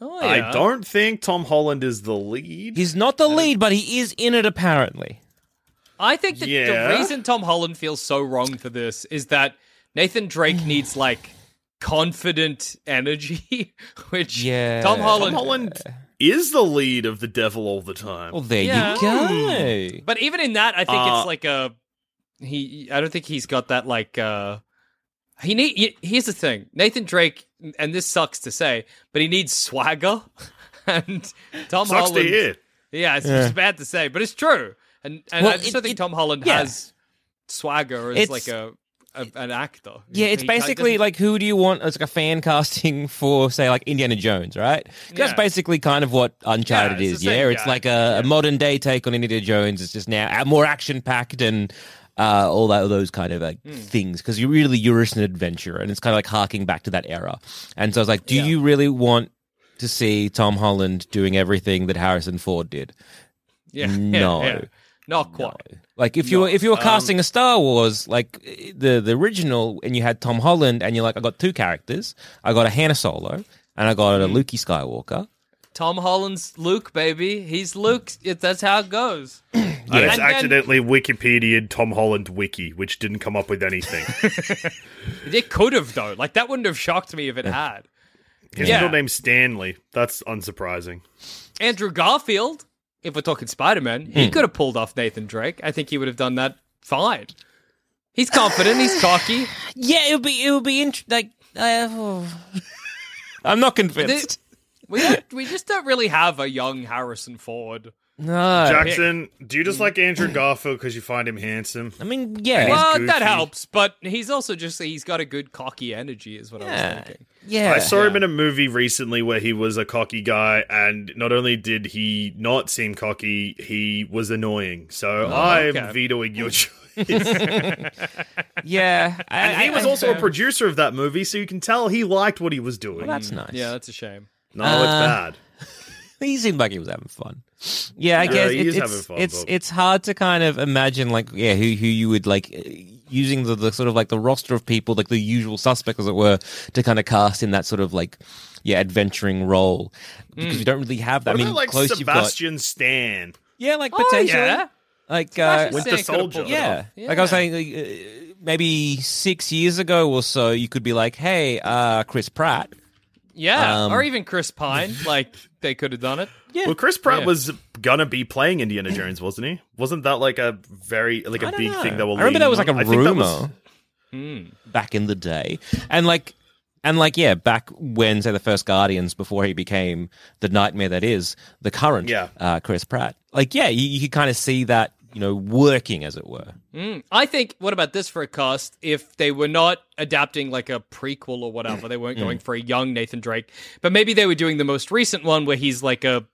Speaker 6: Oh,
Speaker 7: I
Speaker 6: yeah.
Speaker 7: don't think Tom Holland is the lead.
Speaker 1: He's not the lead, but he is in it apparently.
Speaker 6: I think that the
Speaker 7: Yeah.
Speaker 6: reason Tom Holland feels so wrong for this is that Nathan Drake needs like confident energy, which
Speaker 1: Yeah.
Speaker 6: Tom
Speaker 7: Tom
Speaker 6: Holland.
Speaker 7: Holland is the lead of the devil all the time.
Speaker 1: Well, there
Speaker 6: Yeah.
Speaker 1: you
Speaker 7: Hmm.
Speaker 1: go.
Speaker 6: But even in that, I think
Speaker 7: Uh,
Speaker 6: it's like a he. I don't think he's got that like. uh He need. y- Here's the thing, Nathan Drake, and this sucks to say, but he needs swagger. and Tom
Speaker 7: Sucks
Speaker 6: Holland.
Speaker 7: to hear.
Speaker 6: Yeah, it's, it's bad to say, but it's true. And and
Speaker 1: Well,
Speaker 6: I just
Speaker 1: it-
Speaker 6: don't think
Speaker 1: it-
Speaker 6: Tom Holland
Speaker 1: yeah.
Speaker 6: has swagger as
Speaker 1: It's-
Speaker 6: like a, a an actor.
Speaker 1: Yeah, it's
Speaker 6: He kind of
Speaker 1: basically
Speaker 6: doesn't-
Speaker 1: like who do you want as like a fan casting for, say, like Indiana Jones, right? 'Cause That's
Speaker 6: Yeah.
Speaker 1: basically kind of what Uncharted
Speaker 6: Yeah, it's
Speaker 1: is.
Speaker 6: the same
Speaker 1: Yeah, it's
Speaker 6: guy.
Speaker 1: like a, a modern day take on Indiana Jones. It's just now uh, more action packed and uh, all that, those kind of
Speaker 6: Hmm.
Speaker 1: like things because you really you're just an adventurer and it's kind of like harking back to that era. And so I was like, do you really want to see Tom Holland doing everything that Harrison Ford did?
Speaker 6: yeah,
Speaker 1: no.
Speaker 6: yeah. not quite.
Speaker 1: Like if you were if you were
Speaker 7: um,
Speaker 1: casting a Star Wars like the the original and you had Tom Holland and you're like I got two characters I got a Hannah Solo and I got a
Speaker 7: Mm-hmm.
Speaker 1: Lukey Skywalker
Speaker 6: Tom Holland's Luke, baby. He's Luke. It, that's how it goes.
Speaker 7: And it's
Speaker 6: And then-
Speaker 7: accidentally Wikipedia Tom Holland wiki, which didn't come up with anything.
Speaker 6: It could have though. Like that wouldn't have shocked me if it had.
Speaker 7: His
Speaker 6: Yeah.
Speaker 7: middle name's Stanley. That's unsurprising.
Speaker 6: Andrew Garfield, if we're talking Spider Man,
Speaker 1: Hmm.
Speaker 6: he could have pulled off Nathan Drake. I think he would have done that fine. He's confident. he's cocky.
Speaker 1: yeah it would be it would be int- like uh, oh. I'm not convinced
Speaker 6: We don't, we just don't really have a young Harrison Ford.
Speaker 1: no
Speaker 7: Jackson, do you just like Andrew Garfield because you find him handsome?
Speaker 1: I mean yeah
Speaker 6: Well,
Speaker 7: goofy.
Speaker 6: that helps, but he's also just he's got a good cocky energy, is what I was
Speaker 1: yeah
Speaker 6: thinking.
Speaker 1: yeah
Speaker 7: I saw him in a movie recently where he was a cocky guy, and not only did he not seem cocky, he was annoying. So
Speaker 1: Oh,
Speaker 7: I'm
Speaker 6: okay.
Speaker 7: vetoing your choice.
Speaker 1: yeah
Speaker 7: And he was also a producer of that movie, so you can tell he liked what he was doing.
Speaker 1: that's nice
Speaker 6: Yeah, that's a shame.
Speaker 7: no, it's
Speaker 1: Uh,
Speaker 7: bad.
Speaker 1: he seemed like he was having fun. Yeah, I guess
Speaker 7: he
Speaker 1: it-
Speaker 7: is
Speaker 1: it's
Speaker 7: having fun,
Speaker 1: it's
Speaker 7: Bob.
Speaker 1: it's hard to kind of imagine like yeah who who you would like uh, using the, the sort of like the roster of people like the usual suspects as it were to kind of cast in that sort of like yeah adventuring role because you don't really have that.
Speaker 7: Hmm. What
Speaker 1: I mean,
Speaker 7: about like
Speaker 1: close you've got
Speaker 7: Sebastian Stan?
Speaker 1: yeah like
Speaker 6: Oh,
Speaker 1: potentially
Speaker 6: yeah.
Speaker 1: like uh,
Speaker 6: Sebastian
Speaker 7: Winter
Speaker 6: Stan could have
Speaker 7: Soldier.
Speaker 6: pulled it
Speaker 1: yeah.
Speaker 6: off.
Speaker 1: Like I was saying, like, uh, maybe six years ago or so, you could be like, "Hey, uh, Chris Pratt,
Speaker 6: Yeah,
Speaker 1: Um,
Speaker 6: or even Chris Pine. Like they could have done it.
Speaker 7: Well, Chris Pratt
Speaker 6: Yeah.
Speaker 7: was gonna be playing Indiana Jones, wasn't he? Wasn't that like a very like a
Speaker 1: I don't
Speaker 7: big
Speaker 1: know.
Speaker 7: thing that
Speaker 1: I
Speaker 7: will?
Speaker 1: remember that was like a
Speaker 7: That
Speaker 1: rumor
Speaker 7: was,
Speaker 1: back in the day, and like, and like, yeah, back when say the first Guardians before he became the nightmare that is the current
Speaker 7: Yeah.
Speaker 1: uh, Chris Pratt. Like, yeah, you, you could kind of see that you know working as it were.
Speaker 6: I think. What about this for a cast? If they were not adapting like a prequel or whatever, they
Speaker 1: Mm.
Speaker 6: weren't going for a young Nathan Drake, but maybe they were doing the most recent one where he's like a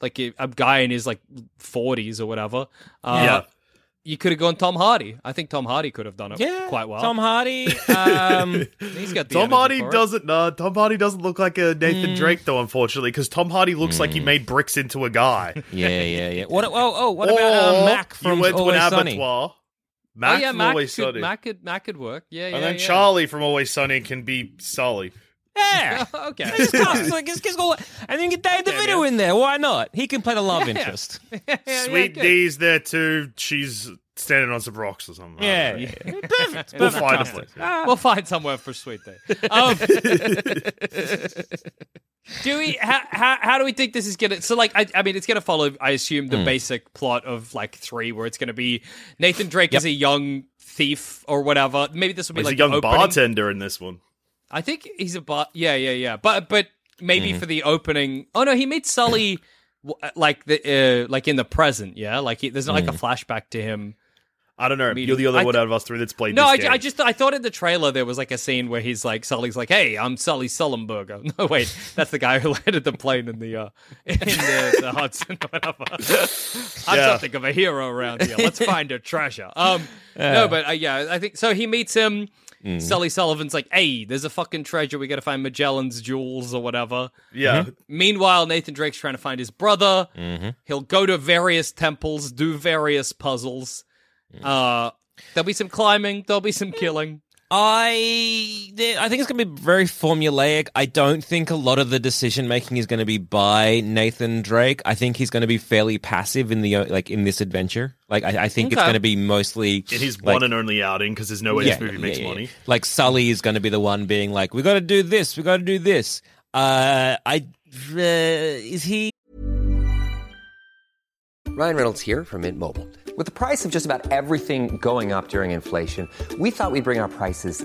Speaker 6: like a, a guy in his like forties or whatever. Uh,
Speaker 7: yeah,
Speaker 6: you could have gone Tom Hardy. I think Tom Hardy could have done it
Speaker 1: Yeah,
Speaker 6: quite well.
Speaker 1: Tom Hardy. Um,
Speaker 6: He's got the
Speaker 7: Tom
Speaker 6: energy
Speaker 7: Hardy
Speaker 6: for it.
Speaker 7: doesn't. Nah, Tom Hardy doesn't look like a Nathan
Speaker 6: Hmm.
Speaker 7: Drake though, unfortunately, because Tom Hardy looks like he
Speaker 1: Hmm.
Speaker 7: made bricks into a guy.
Speaker 1: yeah, yeah, yeah. What? Oh, oh, what about uh,
Speaker 7: Or
Speaker 1: Mac from
Speaker 7: you went to
Speaker 1: Always
Speaker 7: an
Speaker 1: Sunny?
Speaker 7: abattoir? Mac
Speaker 6: oh yeah,
Speaker 7: from
Speaker 6: Mac
Speaker 7: Always
Speaker 6: could,
Speaker 7: Sunny,
Speaker 6: Mac could Mac could work. Yeah, yeah.
Speaker 7: and then
Speaker 6: yeah.
Speaker 7: Charlie from Always Sunny can be Sully.
Speaker 1: Yeah.
Speaker 6: okay.
Speaker 1: Just cast, like, just, just go, and then get Dave DeVito in there. Why not? He can play the love interest.
Speaker 6: Yeah,
Speaker 7: Sweet
Speaker 6: good.
Speaker 7: D's there too. She's standing on some rocks or something. I don't
Speaker 1: Yeah,
Speaker 7: know.
Speaker 1: yeah. perfect.
Speaker 7: We'll
Speaker 1: perfect
Speaker 7: find a
Speaker 1: casting.
Speaker 7: place.
Speaker 6: We'll find somewhere for Sweet Day. Um, do we? How, how, how do we think this is gonna? So like, I, I mean, it's gonna follow. I assume
Speaker 7: Hmm.
Speaker 6: the basic plot of like three, where it's gonna be Nathan Drake is a young thief or whatever. Maybe this will be
Speaker 7: He's
Speaker 6: like
Speaker 7: a young
Speaker 6: the opening.
Speaker 7: bartender in this one.
Speaker 6: I think he's a bar. Yeah, yeah, yeah. But but maybe for the opening. Oh no, he meets Sully w- like the uh, like in the present. Yeah, like he, there's not like a flashback to him.
Speaker 7: I don't know.
Speaker 6: Meeting.
Speaker 7: You're the only
Speaker 6: I
Speaker 7: one
Speaker 6: th-
Speaker 7: out of us three that's played.
Speaker 6: No,
Speaker 7: this
Speaker 6: I,
Speaker 7: game.
Speaker 6: I just I thought in the trailer there was like a scene where he's like Sully's like, "Hey, I'm Sully Sullenberger." No, wait, that's the guy who landed the plane in the uh, in the, the Hudson or whatever. I'm
Speaker 7: Yeah.
Speaker 6: something of a hero around here. Let's find a treasure. Um, no, but uh, yeah, I think so. He meets him.
Speaker 7: Mm.
Speaker 6: Sully Sullivan's like, "Hey, there's a fucking treasure. We got to find Magellan's jewels or whatever."
Speaker 7: yeah.
Speaker 1: Mm-hmm.
Speaker 6: Meanwhile, Nathan Drake's trying to find his brother. He'll go to various temples, do various puzzles. Uh, there'll be some climbing. There'll be some killing.
Speaker 1: I there- I think it's going to be very formulaic. I don't think a lot of the decision making is going to be by Nathan Drake. I think he's going to be fairly passive in the uh, like in this adventure. Like I, I think it's
Speaker 6: Okay.
Speaker 1: going to be mostly
Speaker 7: in his
Speaker 1: like,
Speaker 7: one and only outing because there's no way this movie makes
Speaker 1: yeah, yeah.
Speaker 7: money.
Speaker 1: Like Sully is going to be the one being like, "We got to do this. We got to do this." Uh, I uh, is he
Speaker 5: Ryan Reynolds here from Mint Mobile. With the price of just about everything going up during inflation, we thought we'd bring our prices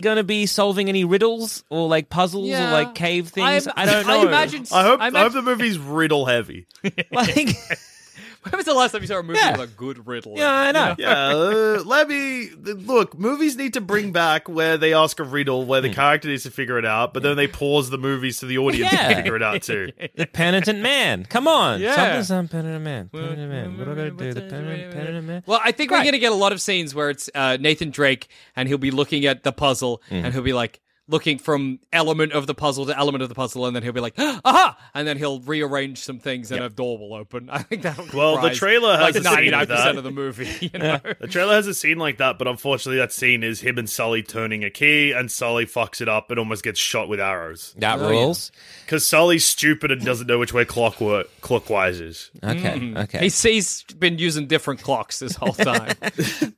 Speaker 1: going to be solving any riddles or like puzzles or like cave things?
Speaker 6: I'm-
Speaker 1: I, don't know.
Speaker 6: I imagine.
Speaker 7: I hope I, hope
Speaker 6: imagine,
Speaker 7: the movie's riddle heavy.
Speaker 1: like.
Speaker 6: when was the last time you saw a movie
Speaker 1: Yeah.
Speaker 6: with a good riddle? in
Speaker 1: Yeah,
Speaker 6: it?
Speaker 1: I know.
Speaker 7: Yeah, uh, let me look. Movies need to bring back where they ask a riddle, where the
Speaker 1: Hmm.
Speaker 7: character needs to figure it out, but then they pause the movie so the audience
Speaker 1: Yeah.
Speaker 7: can figure it out too.
Speaker 1: The penitent man. Come on.
Speaker 6: Yeah.
Speaker 1: Something's on penitent man. Penitent man. What do I gotta do? The penitent, penitent man.
Speaker 6: Well, I think we're
Speaker 1: Right.
Speaker 6: going to get a lot of scenes where it's uh, Nathan Drake and he'll be looking at the puzzle and he'll be like looking from element of the puzzle to element of the puzzle and then he'll be like, aha! And then he'll rearrange some things and a door will open. I think that'll
Speaker 7: Well, the
Speaker 6: comprise,
Speaker 7: trailer has
Speaker 6: like
Speaker 7: a scene of
Speaker 6: 99%
Speaker 7: that.
Speaker 6: of the movie. You know?
Speaker 7: The trailer has a scene like that, but unfortunately, that scene is him and Sully turning a key, and Sully fucks it up and almost gets shot with arrows
Speaker 1: That rules.
Speaker 7: because Sully's stupid and doesn't know which way clockwork clockwise is.
Speaker 1: Okay. Okay.
Speaker 6: He's, he's been using different clocks this whole time.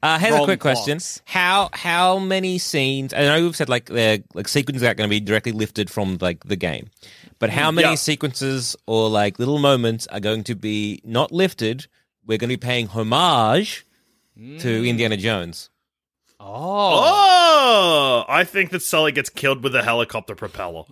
Speaker 1: Uh, here's a
Speaker 6: Wrong
Speaker 1: quick question:
Speaker 6: box.
Speaker 1: How how many scenes? I know we've said like the like sequences are going to be directly lifted from like the game, but how many
Speaker 7: yeah.
Speaker 1: sequences or like little moments are going to be not Mm. lifted? We're going to be paying homage to Indiana Jones.
Speaker 6: Oh.
Speaker 7: Oh, I think that Sully gets killed with a helicopter propeller.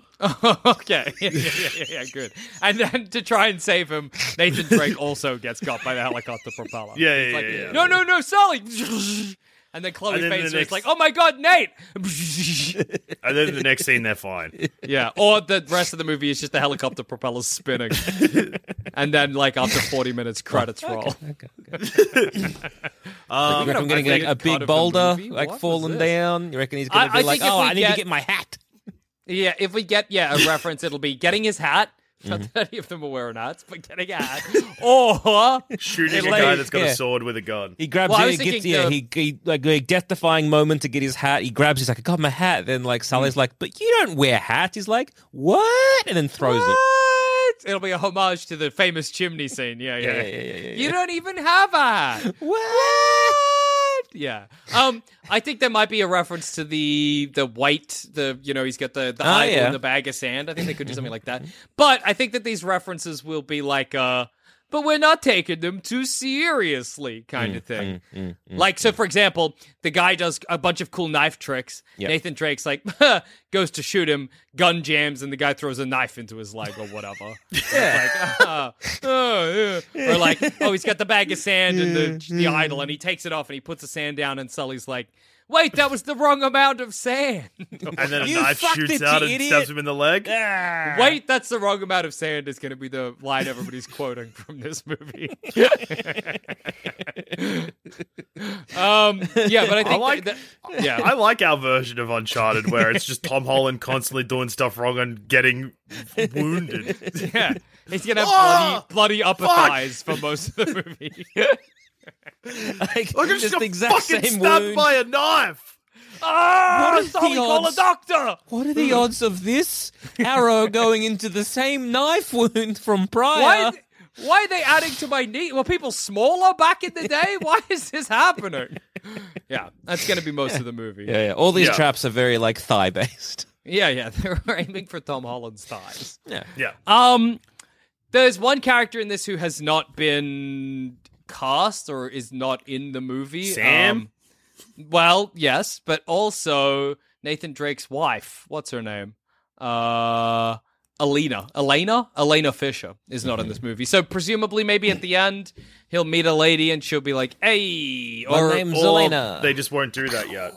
Speaker 6: okay. Yeah, yeah, yeah, yeah, yeah, good. And then to try and save him, Nathan Drake also gets got by the helicopter propeller.
Speaker 7: Yeah,
Speaker 6: It's
Speaker 7: yeah,
Speaker 6: like,
Speaker 7: yeah, yeah.
Speaker 6: No, no, no, Sully. And then Chloe
Speaker 7: And then the
Speaker 6: Bates is
Speaker 7: next-
Speaker 6: like, "Oh my god, Nate!"
Speaker 7: And then the next scene, they're fine.
Speaker 6: yeah, or the rest of the movie is just the helicopter propellers spinning, and then like after forty minutes, credits roll.
Speaker 1: Um, you reckon I'm getting like a
Speaker 6: part of
Speaker 1: big
Speaker 6: the
Speaker 1: boulder,
Speaker 6: movie?
Speaker 1: like
Speaker 6: What was
Speaker 1: falling
Speaker 6: this?
Speaker 1: down? You reckon he's
Speaker 6: I-
Speaker 1: going to
Speaker 6: I
Speaker 1: be like,
Speaker 6: think if
Speaker 1: oh,
Speaker 6: we
Speaker 1: I need
Speaker 6: get-
Speaker 1: to get my hat?
Speaker 6: Yeah, if we get yeah a reference, it'll be getting his hat. Not that any of them are wearing hats, but getting a hat. Or
Speaker 7: Shooting a
Speaker 6: It
Speaker 7: guy
Speaker 6: lays-
Speaker 7: that's got
Speaker 1: yeah.
Speaker 7: a sword with a gun.
Speaker 1: He grabs
Speaker 6: Well, I
Speaker 1: it,
Speaker 6: was
Speaker 1: he gets,
Speaker 6: thinking
Speaker 1: yeah,
Speaker 6: the-
Speaker 1: he, he like a death-defying moment to get his hat. He grabs, he's like, I got my hat. Then like Sally's like, but you don't wear hats. He's like, what? And then throws it.
Speaker 6: what? It'll be a homage to the famous chimney scene. Yeah, yeah, yeah. You don't even have a hat.
Speaker 1: What?
Speaker 6: Yeah. Um, I think there might be a reference to the the white, the you know, he's got the the
Speaker 1: Ah,
Speaker 6: eyeball
Speaker 1: yeah.
Speaker 6: in the bag of sand. I think they could do something like that. But I think that these references will be like uh but we're not taking them too seriously
Speaker 1: Mm,
Speaker 6: kind of thing. like so for example, the guy does a bunch of cool knife tricks.
Speaker 1: Yep.
Speaker 6: Nathan Drake's like goes to shoot him, gun jams and the guy throws a knife into his leg or whatever. yeah. Like, uh, oh, yeah. Or like, oh, he's got the bag of sand and the, the idol, and he takes it off and he puts the sand down, and Sully's like, wait, that was the wrong amount of sand.
Speaker 7: And then a
Speaker 1: You
Speaker 7: knife
Speaker 1: fucked
Speaker 7: shoots
Speaker 1: it,
Speaker 7: out
Speaker 1: you
Speaker 7: and
Speaker 1: idiot.
Speaker 7: stabs him in the leg.
Speaker 6: wait, that's the wrong amount of sand is going to be the line everybody's quoting from this movie. um, yeah, but I think
Speaker 7: I like-
Speaker 6: that, that- yeah,
Speaker 7: I like our version of Uncharted where it's just Tom Holland constantly doing stuff wrong and getting wounded.
Speaker 6: yeah. He's gonna have
Speaker 7: Oh,
Speaker 6: bloody, bloody upper
Speaker 7: fuck.
Speaker 6: thighs for most of the movie.
Speaker 1: Like,
Speaker 7: Look, I
Speaker 1: just
Speaker 7: just
Speaker 1: the
Speaker 7: got
Speaker 1: exact
Speaker 7: fucking
Speaker 1: same
Speaker 7: stabbed
Speaker 1: wound.
Speaker 7: by a knife.
Speaker 6: ah,
Speaker 1: What is the
Speaker 6: Sully, call a
Speaker 1: odds?
Speaker 6: doctor.
Speaker 1: What are the odds of this arrow going into the same knife wound from prior?
Speaker 6: Why? Why are they adding to my knee? Were people smaller back in the day? Why is this happening? Yeah, that's going to be most of the movie.
Speaker 1: Yeah, yeah. All these
Speaker 7: Yeah.
Speaker 1: traps are very like thigh based.
Speaker 6: yeah, yeah. They're aiming for Tom Holland's thighs.
Speaker 7: Yeah.
Speaker 6: Um, there's one character in this who has not been cast or is not in the movie.
Speaker 7: Sam?
Speaker 6: Um, well, yes, but also Nathan Drake's wife. What's her name? Uh, Elena. Elena. Elena Fisher is
Speaker 7: Mm-hmm.
Speaker 6: not in this movie. So presumably, maybe at the end, he'll meet a lady and she'll be like, "Hey,"
Speaker 1: My
Speaker 6: or
Speaker 1: name's
Speaker 7: Or
Speaker 1: Elena.
Speaker 7: They just won't do that yet.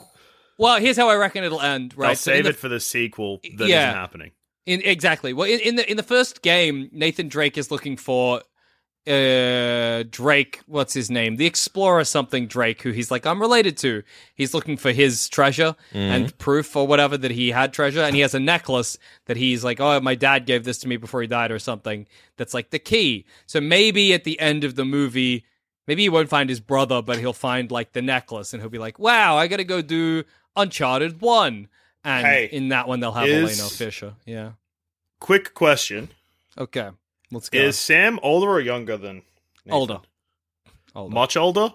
Speaker 6: well, here's how I reckon it'll end. Right?
Speaker 7: They'll
Speaker 6: So in
Speaker 7: save
Speaker 6: the
Speaker 7: it for the sequel that not
Speaker 6: Yeah.
Speaker 7: happening.
Speaker 6: In, exactly. Well, in, in the in the first game, Nathan Drake is looking for uh Drake. What's his name? The explorer something Drake, who he's like I'm related to. He's looking for his treasure
Speaker 7: Mm-hmm.
Speaker 6: and proof or whatever that he had treasure, and he has a necklace that he's like, oh, my dad gave this to me before he died or something. That's like the key. So maybe at the end of the movie. Maybe he won't find his brother, but he'll find like the necklace, and he'll be like, "Wow, I gotta go do Uncharted One." And
Speaker 7: Hey,
Speaker 6: in that one, they'll have
Speaker 7: is-
Speaker 6: Elena Fisher. Yeah.
Speaker 7: Quick question.
Speaker 6: Okay, let's go.
Speaker 7: Is Sam older or younger than Nathan?
Speaker 6: older, older.
Speaker 7: Much older?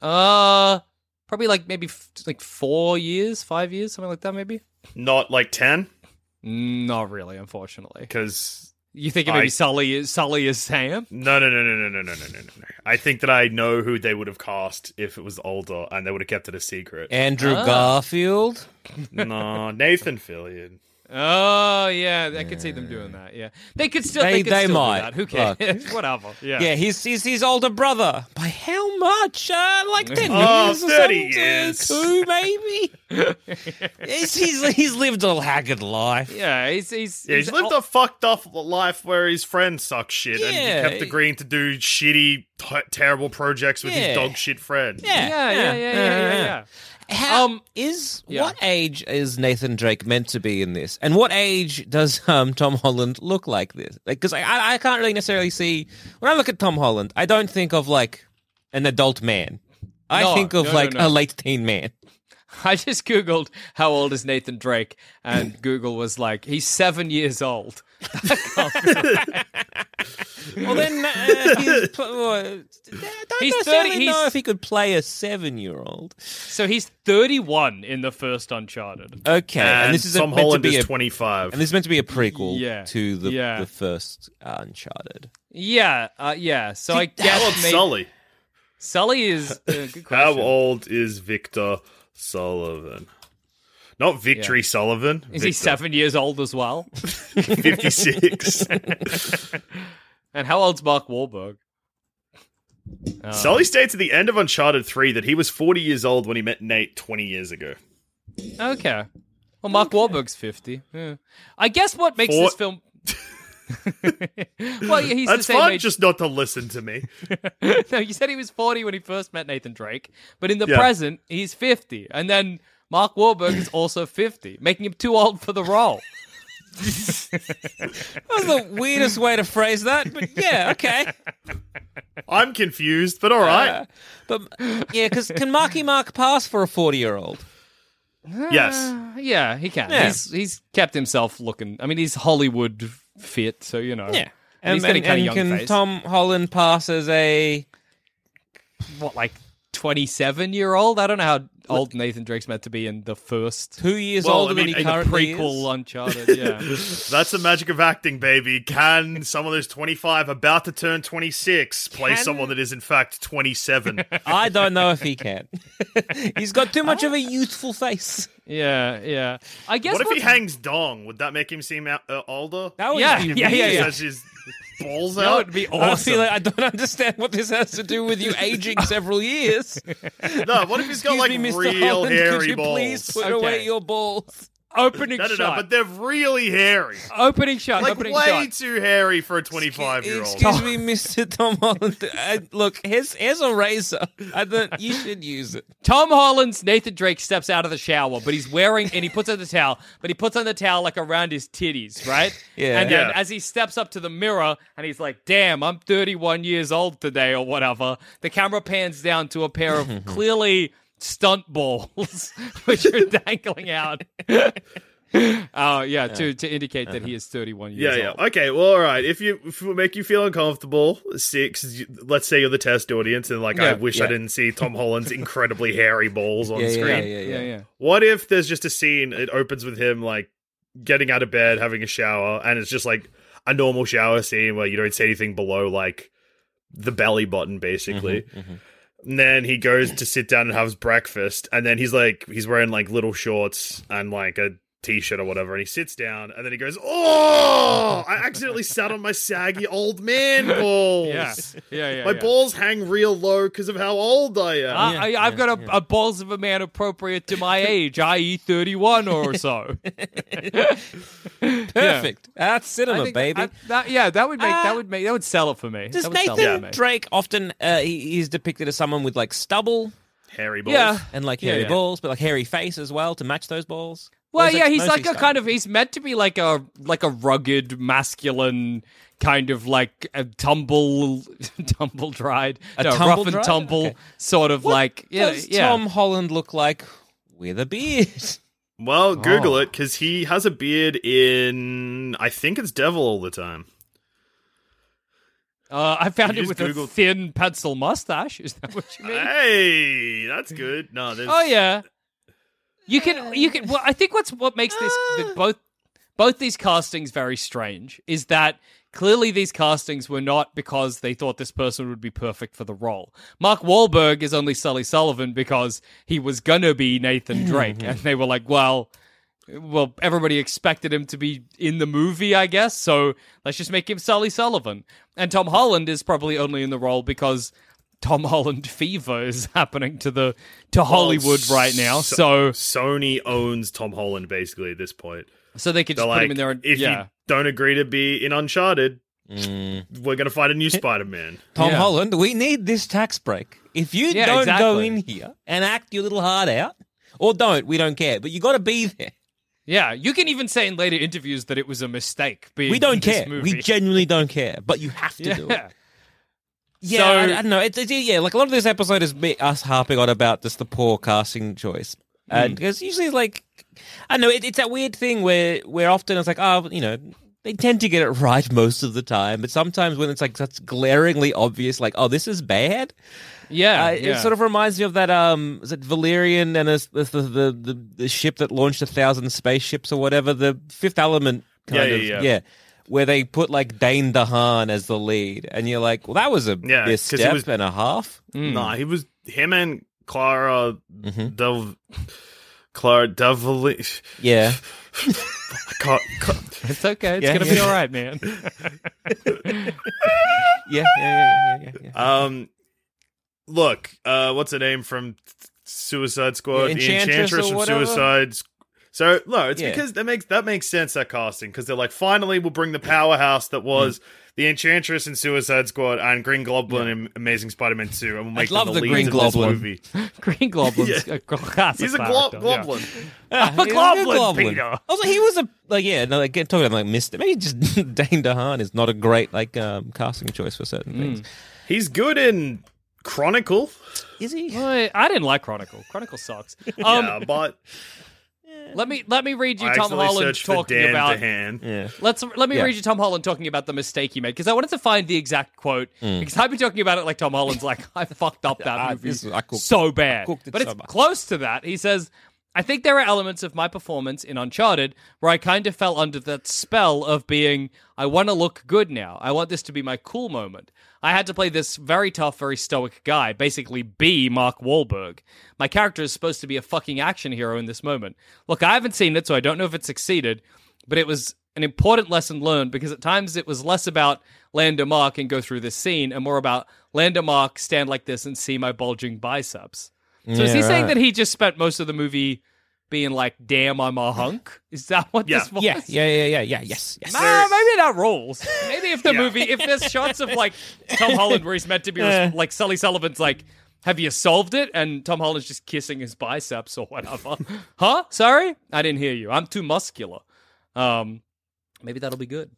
Speaker 6: uh, probably like maybe f- like four years, five years, something like that. Maybe
Speaker 7: Not like 10?
Speaker 6: not really, unfortunately.
Speaker 7: Because
Speaker 6: You think maybe
Speaker 7: I-
Speaker 6: Sully is Sully is Sam?
Speaker 7: no, no, no, no, no, no, no, no, no, no. I think that I know who they would have cast if it was older, and they would have kept it a secret.
Speaker 1: Andrew
Speaker 6: Ah.
Speaker 1: Garfield.
Speaker 7: no, Nathan Fillion.
Speaker 6: Oh yeah, I could see them doing that. Yeah, they could still. They,
Speaker 1: They-
Speaker 6: could
Speaker 1: they
Speaker 6: still do
Speaker 1: might.
Speaker 6: that. Who cares? Whatever. Yeah.
Speaker 1: Yeah, he's, he's his older brother. By how much? Uh, like 10
Speaker 7: Oh,
Speaker 1: years? or
Speaker 7: 30
Speaker 1: something?
Speaker 7: years.
Speaker 1: Two, maybe? he's, he's, he's lived a haggard life.
Speaker 6: Yeah, he's he's,
Speaker 7: Yeah, he's lived a fucked up life where his friends suck shit, and
Speaker 1: Yeah.
Speaker 7: he kept agreeing to do shitty, t- terrible projects with
Speaker 1: Yeah.
Speaker 7: his dog shit friend.
Speaker 1: Yeah,
Speaker 6: Yeah, yeah, yeah, yeah, yeah. yeah, yeah.
Speaker 1: How
Speaker 6: Um,
Speaker 1: is
Speaker 6: yeah.
Speaker 1: what age is Nathan Drake meant to be in this, and what age does um, Tom Holland look like this? Because I I, I can't really necessarily see when I look at Tom Holland, I don't think of like an adult man. I
Speaker 6: No,
Speaker 1: think of
Speaker 6: no, no,
Speaker 1: like a
Speaker 6: no.
Speaker 1: late teen man.
Speaker 6: I just googled how old is Nathan Drake, and Google was like, he's seven years old.
Speaker 1: Well, then uh, he's, pl- well, I don't
Speaker 6: He's
Speaker 1: necessarily
Speaker 6: 30
Speaker 1: know
Speaker 6: he's-
Speaker 1: if he could play a seven-year-old.
Speaker 6: So he's 31 in the first Uncharted.
Speaker 1: Okay,
Speaker 7: And,
Speaker 1: and, this is a-
Speaker 7: Tom
Speaker 1: meant
Speaker 7: Holland
Speaker 1: to be
Speaker 7: is
Speaker 1: a,
Speaker 7: 25.
Speaker 1: and this is meant to be a prequel
Speaker 6: Yeah,
Speaker 1: to the
Speaker 6: yeah.
Speaker 1: the first Uncharted.
Speaker 6: Yeah, uh, yeah. So I
Speaker 7: How
Speaker 6: guess
Speaker 7: old's
Speaker 6: may-
Speaker 7: Sully?
Speaker 6: Sully is uh, good
Speaker 7: How
Speaker 6: question.
Speaker 7: old is Victor Sullivan. Not Victory Sullivan.
Speaker 6: Is he
Speaker 7: Victor.
Speaker 6: seven years old as well?
Speaker 7: 56.
Speaker 6: and how old's Mark Wahlberg? Uh,
Speaker 1: Um,
Speaker 7: Sully states at the end of Uncharted 3 that he was 40 years old when he met Nate 20 years ago.
Speaker 6: Okay. Well, Mark Wahlberg's 50. Yeah. I guess what makes
Speaker 7: Four-
Speaker 6: this film. well, yeah, he's the
Speaker 7: That's
Speaker 6: same
Speaker 7: fine
Speaker 6: age.
Speaker 7: just not to listen to me.
Speaker 6: no, you said he was 40 when he first met Nathan Drake, but in the
Speaker 7: Yeah.
Speaker 6: present, he's 50. And then Mark Wahlberg is also 50, making him too old for the role.
Speaker 1: That was the weirdest way to phrase that, but yeah, okay.
Speaker 7: I'm confused, but all right.
Speaker 1: But yeah, because can Marky Mark pass for a forty-year-old? Ah.
Speaker 7: yes.
Speaker 6: Uh, yeah, he can.
Speaker 1: Yeah.
Speaker 6: He's he's kept himself looking. I mean, he's Hollywood fit, so you know.
Speaker 1: Yeah,
Speaker 6: And he's got a kinda young
Speaker 1: can
Speaker 6: face.
Speaker 1: Tom Holland pass as a?
Speaker 6: What, like 27 year old? I don't know how old Nathan Drake's meant to be in the first.
Speaker 1: Two years
Speaker 7: Well,
Speaker 1: older
Speaker 7: I mean,
Speaker 1: than
Speaker 7: in
Speaker 1: he
Speaker 7: the
Speaker 1: currently
Speaker 6: prequel
Speaker 1: is.
Speaker 6: Uncharted, yeah.
Speaker 7: That's the magic of acting, baby. Can someone that's 25, about to turn 26, play
Speaker 1: Can-
Speaker 7: someone that is, in fact, 27?
Speaker 1: I don't know if he can. He's got too much of a youthful face.
Speaker 6: yeah, yeah. I guess
Speaker 7: what if he
Speaker 6: what's-
Speaker 7: hangs dong? Would that make him seem out- uh, older?
Speaker 1: That would
Speaker 6: Yeah,
Speaker 1: be
Speaker 6: yeah, yeah,
Speaker 1: weird.
Speaker 6: yeah.
Speaker 7: As his balls
Speaker 6: that
Speaker 7: out?
Speaker 6: would be
Speaker 1: I
Speaker 6: awesome.
Speaker 1: feel like I don't understand what this has to do with you aging several years.
Speaker 7: No, what if he's got,
Speaker 1: Excuse
Speaker 7: like,
Speaker 1: me, Mr.
Speaker 7: real
Speaker 1: Holland,
Speaker 7: hairy
Speaker 1: could you
Speaker 7: balls?
Speaker 1: please put
Speaker 6: Okay.
Speaker 1: away your balls?
Speaker 6: opening
Speaker 7: No, no, no,
Speaker 6: shot.
Speaker 7: but they're really hairy.
Speaker 6: opening shot.
Speaker 7: Like,
Speaker 6: opening
Speaker 7: way
Speaker 6: shot.
Speaker 7: too hairy for a 25 year old.
Speaker 1: Excuse me, Mr. Tom Holland. I, look, here's, here's a razor. I don't, you should use it.
Speaker 6: Tom Holland's Nathan Drake steps out of the shower, but he's wearing and he puts on the towel, but he puts on the towel like around his titties, right?
Speaker 1: Yeah.
Speaker 6: And then
Speaker 7: Yeah.
Speaker 6: as he steps up to the mirror and he's like, "Damn, I'm 31 years old today," or whatever. The camera pans down to a pair of clearly stunt balls which are dangling out. Oh yeah, Uh-huh. to to indicate that he is 31 years
Speaker 7: Yeah, yeah.
Speaker 6: old.
Speaker 7: Okay, well, all right. If you if it would make you feel uncomfortable, six. you- Let's say you're the test audience, and like, I
Speaker 6: Yeah,
Speaker 7: wish I
Speaker 1: yeah.
Speaker 7: didn't see Tom Holland's incredibly hairy balls on screen.
Speaker 6: yeah, yeah.
Speaker 7: What if there's just a scene? It opens with him like getting out of bed, having a shower, and it's just like a normal shower scene where you don't see anything below like the belly button, basically.
Speaker 6: Mm-hmm,
Speaker 7: And then he goes to sit down and have his breakfast, and then he's like, he's wearing like little shorts and like a t-shirt or whatever, and he sits down, and then he goes, "Oh, I accidentally sat on my saggy old man balls.
Speaker 6: Yeah, yeah, yeah. Ah,
Speaker 7: my
Speaker 6: yeah.
Speaker 7: balls hang real low because of how old I am."
Speaker 6: I, I, I've got a, a balls of a man appropriate to my age, i.e., thirty-one or so.
Speaker 1: Perfect. That's cinema,
Speaker 6: I think
Speaker 1: baby.
Speaker 6: I- that- yeah, that would make that
Speaker 1: Uh,
Speaker 6: would make that would sell it for me.
Speaker 1: Does
Speaker 6: That would sell it
Speaker 1: Nathan
Speaker 6: for me.
Speaker 1: Drake often, uh, he, he's depicted as someone with like stubble
Speaker 7: Hairy balls.
Speaker 6: Yeah,
Speaker 1: and like
Speaker 6: Uh, Yeah,
Speaker 1: hairy
Speaker 6: yeah.
Speaker 1: balls, but like hairy face as well to match those balls? Or
Speaker 6: Well,
Speaker 1: is it
Speaker 6: yeah, he's
Speaker 1: mostly
Speaker 6: like a
Speaker 1: stubble?
Speaker 6: kind of he's meant to be like a like a rugged, masculine kind of like a tumble, tumble dried,
Speaker 1: A
Speaker 6: no, rough and
Speaker 1: tumble-dried?
Speaker 6: tumble
Speaker 1: Okay.
Speaker 6: sort of like yeah,
Speaker 1: Does
Speaker 6: yeah.
Speaker 1: Tom Holland look like with a beard?
Speaker 6: Oh.
Speaker 7: Well, Google it because he has a beard in. I think it's Devil all the time.
Speaker 6: uh, I found
Speaker 7: You
Speaker 6: it
Speaker 7: just
Speaker 6: with a
Speaker 7: Googled-
Speaker 6: thin pencil mustache. Is that what you mean?
Speaker 7: Hey, that's good. No, there's.
Speaker 6: Oh yeah. You can you can well I think what's what makes this
Speaker 1: Uh.
Speaker 6: that both both these castings very strange is that clearly these castings were not because they thought this person would be perfect for the role. Mark Wahlberg is only Sully Sullivan because he was gonna be Nathan Drake and they were like, well, well, everybody expected him to be in the movie, I guess. So let's just make him Sully Sullivan. And Tom Holland is probably only in the role because Tom Holland fever is happening to the to Hollywood right now. So
Speaker 7: Oh, Sony owns Tom Holland basically at this point.
Speaker 6: so they could just
Speaker 7: They're
Speaker 6: put
Speaker 7: like,
Speaker 6: him in there. And,
Speaker 7: if
Speaker 6: yeah,
Speaker 7: you don't agree to be in Uncharted, we're gonna find a new Spider-Man.
Speaker 1: Tom
Speaker 6: Yeah.
Speaker 1: Holland, we need this tax break. If you
Speaker 6: Yeah,
Speaker 1: don't go
Speaker 6: exactly.
Speaker 1: in here and act your little heart out, or don't, we don't care, but you got to be there.
Speaker 6: yeah. You can even say in later interviews that it was a mistake. Being
Speaker 1: We don't
Speaker 6: in this
Speaker 1: care.
Speaker 6: Movie.
Speaker 1: We genuinely don't care, but you have to do it.
Speaker 6: yeah.
Speaker 1: Yeah,
Speaker 6: So-
Speaker 1: I, I don't know. It's, it's, yeah, like a lot of this episode is me, us harping on about just the poor casting choice, and because usually, like, I don't know it, it's that weird thing where where often it's like, oh, you know, they tend to get it right most of the time, but sometimes when it's like such glaringly obvious, like, oh, this is bad,
Speaker 6: yeah,
Speaker 1: uh,
Speaker 6: yeah.
Speaker 1: it sort of reminds me of that um, is it Valerian and his, the, the the the ship that launched a thousand spaceships or whatever, the Fifth Element
Speaker 7: Yeah,
Speaker 1: kind
Speaker 7: yeah,
Speaker 1: of
Speaker 7: yeah.
Speaker 1: where they put like Dane DeHaan as the lead, and you're like, well, that was a
Speaker 7: Yeah, 'cause he
Speaker 1: misstep
Speaker 6: Mm.
Speaker 7: was-
Speaker 1: and a half.
Speaker 7: Nah, he was him and Clara Del Clara Devlin.
Speaker 1: Yeah.
Speaker 7: I can't, can't-
Speaker 6: It's okay. It's
Speaker 1: Yeah,
Speaker 6: gonna
Speaker 1: yeah.
Speaker 6: be all right, man.
Speaker 1: Yeah, yeah, yeah, yeah, yeah.
Speaker 7: Um, look, uh, what's her name from Suicide
Speaker 1: Yeah,
Speaker 7: Squad? The
Speaker 1: Enchantress or
Speaker 7: Enchantress from
Speaker 1: whatever?
Speaker 7: Suicide. Squ- So no, it's
Speaker 1: Yeah.
Speaker 7: because that makes that makes sense that casting because they're like finally we'll bring the powerhouse
Speaker 1: Hmm.
Speaker 7: that was the Enchantress in Suicide Squad and Green Goblin in Amazing Spider-Man Two, and we'll make
Speaker 1: love
Speaker 7: them
Speaker 1: the
Speaker 7: the,
Speaker 1: Green
Speaker 7: leads in this
Speaker 1: Goblin.
Speaker 7: movie.
Speaker 6: Green Goblin's a classic
Speaker 7: He's a glo-
Speaker 6: character. Yeah.
Speaker 7: Goblin.
Speaker 1: Ah,
Speaker 7: I'm a
Speaker 1: he's
Speaker 7: Goblin,
Speaker 1: good
Speaker 7: Peter.
Speaker 1: I was like, he was a like, yeah. No, like, talking about like Mister. Maybe just Dane DeHaan is not a great like um, casting choice for certain things.
Speaker 7: He's good in Chronicle,
Speaker 1: Is he?
Speaker 6: Well, I didn't like Chronicle. Chronicle sucks. Um,
Speaker 7: yeah, but
Speaker 6: Let me let me read you
Speaker 7: I
Speaker 6: Tom
Speaker 7: accidentally
Speaker 6: Holland
Speaker 7: searched for
Speaker 6: talking
Speaker 7: Dan
Speaker 6: about.
Speaker 7: DeHaan.
Speaker 1: Yeah.
Speaker 6: Let's let me
Speaker 1: Yeah.
Speaker 6: read you Tom Holland talking about the mistake he made because I wanted to find the exact quote because I've been talking about it like Tom Holland's like I fucked up that
Speaker 1: Mm. I-
Speaker 6: movie
Speaker 1: this- I cooked-
Speaker 6: so bad,
Speaker 1: cooked it
Speaker 6: but it's
Speaker 1: so much.
Speaker 6: close to that. He says, "I think there are elements of my performance in Uncharted where I kind of fell under that spell of being I want to look good now. I want this to be my cool moment. I had to play this very tough, very stoic guy, basically be Mark Wahlberg. My character is supposed to be a fucking action hero in this moment. Look, I haven't seen it, so I don't know if it succeeded." but it was an important lesson learned because at times it was less about land a mark and go through this scene and more about land a mark, stand like this and see my bulging biceps. So is
Speaker 1: Yeah,
Speaker 6: he saying
Speaker 1: right.
Speaker 6: that he just spent most of the movie being like, damn, I'm a hunk? Is that what
Speaker 7: Yeah.
Speaker 6: this was?
Speaker 1: Yeah, yeah, yeah, yeah, yeah. Yes, yes.
Speaker 6: Nah, Ah, maybe that rules. Maybe if the
Speaker 7: Yeah.
Speaker 6: movie, if there's shots of like Tom Holland where he's meant to be, res- like Sully Sullivan's like, have you solved it? And Tom Holland's just kissing his biceps or whatever. huh? Sorry? I didn't hear you. I'm too muscular. Um, maybe that'll be good.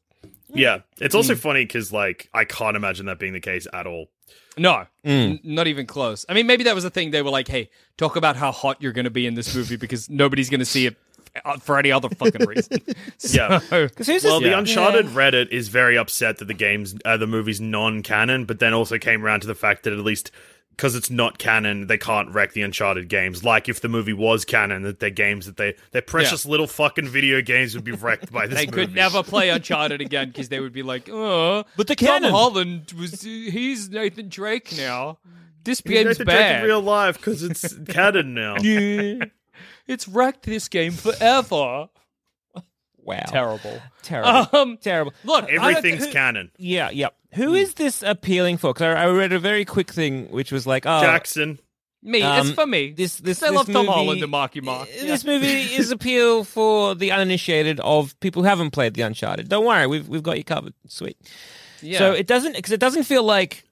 Speaker 7: yeah, it's
Speaker 6: Hmm.
Speaker 7: also funny because like I can't imagine that being the case at all.
Speaker 6: No,
Speaker 1: Mm.
Speaker 6: n- not even close. I mean, maybe that was the thing. They were like, hey, talk about how hot you're going to be in this movie because nobody's going to see it uh, for any other fucking reason.
Speaker 7: Yeah.
Speaker 6: So-
Speaker 7: Well, the Uncharted Reddit is very upset that the game's uh, the movie's non-canon, but then also came around to the fact that at least because it's not canon, they can't wreck the Uncharted games. Like if the movie was canon, that their games that they their precious little fucking video games would be wrecked by this.
Speaker 6: They could
Speaker 7: movie.
Speaker 6: never play Uncharted again because they would be like, "Oh,
Speaker 1: But the
Speaker 6: Tom
Speaker 1: canon."
Speaker 6: Holland was he's Nathan Drake now. This
Speaker 7: You know,
Speaker 6: game's
Speaker 7: they take it
Speaker 6: bad.
Speaker 7: in real life because it's canon now.
Speaker 6: It's wrecked this game forever.
Speaker 1: Wow.
Speaker 6: Terrible.
Speaker 1: Terrible.
Speaker 6: Um,
Speaker 1: Terrible.
Speaker 6: Look, Hmm. I don't-
Speaker 7: Everything's canon.
Speaker 1: Yeah, yeah. Who is this appealing for? Because I, I read a very quick thing which was like, oh,
Speaker 7: Jackson.
Speaker 6: me.
Speaker 1: um,
Speaker 6: it's for me.
Speaker 1: This, this,
Speaker 6: I
Speaker 1: this
Speaker 6: love Tom
Speaker 1: movie-
Speaker 6: Holland and Marky Mark.
Speaker 1: Uh, This movie is appeal for the uninitiated of people who haven't played the Uncharted. Don't worry, we've we've got you covered. Sweet.
Speaker 6: Yeah.
Speaker 1: So it doesn't because it doesn't feel like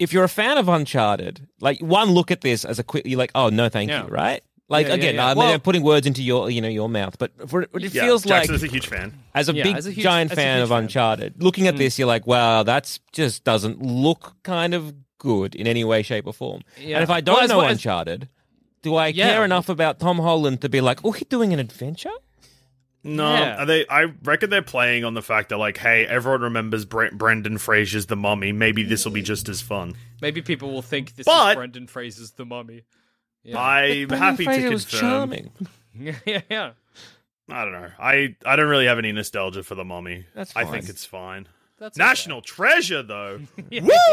Speaker 1: if you're a fan of Uncharted, like one look at this as a quick, you're like, oh no, thank
Speaker 6: Yeah.
Speaker 1: you, right? Like
Speaker 6: Yeah, yeah,
Speaker 1: again,
Speaker 6: yeah.
Speaker 1: I'm,
Speaker 6: Well-
Speaker 1: I'm putting words into your you know your mouth, but for, it
Speaker 7: Yeah,
Speaker 1: feels like
Speaker 7: Jackson's a huge fan.
Speaker 1: as a
Speaker 6: Yeah,
Speaker 1: big
Speaker 6: as a huge-
Speaker 1: giant
Speaker 6: as a
Speaker 1: fan
Speaker 6: huge
Speaker 1: of
Speaker 6: fan. Mm.
Speaker 1: Uncharted, looking at this, you're like, wow, that's just doesn't look kind of good in any way, shape, or form.
Speaker 6: Yeah.
Speaker 1: And if I don't
Speaker 6: Well, as
Speaker 1: know
Speaker 6: well as-
Speaker 1: Uncharted, do I
Speaker 6: Yeah.
Speaker 1: care enough about Tom Holland to be like, oh, he's doing an adventure?
Speaker 7: No,
Speaker 6: Yeah.
Speaker 7: are they. I reckon they're playing on the fact that like, hey, everyone remembers Bre- Brendan Fraser's The Mummy. Maybe this will
Speaker 6: Mm.
Speaker 7: be just as fun.
Speaker 6: Maybe people will think this is
Speaker 7: But-
Speaker 6: Brendan Fraser's The Mummy. Yeah.
Speaker 7: I'm
Speaker 1: Brendan
Speaker 7: happy
Speaker 1: Fraser
Speaker 7: to
Speaker 1: was
Speaker 7: confirm.
Speaker 1: charming.
Speaker 6: yeah, yeah.
Speaker 7: I don't know. I I don't really have any nostalgia for the mummy.
Speaker 1: That's
Speaker 7: I
Speaker 1: fine.
Speaker 7: think it's fine.
Speaker 6: That's
Speaker 7: National treasure though.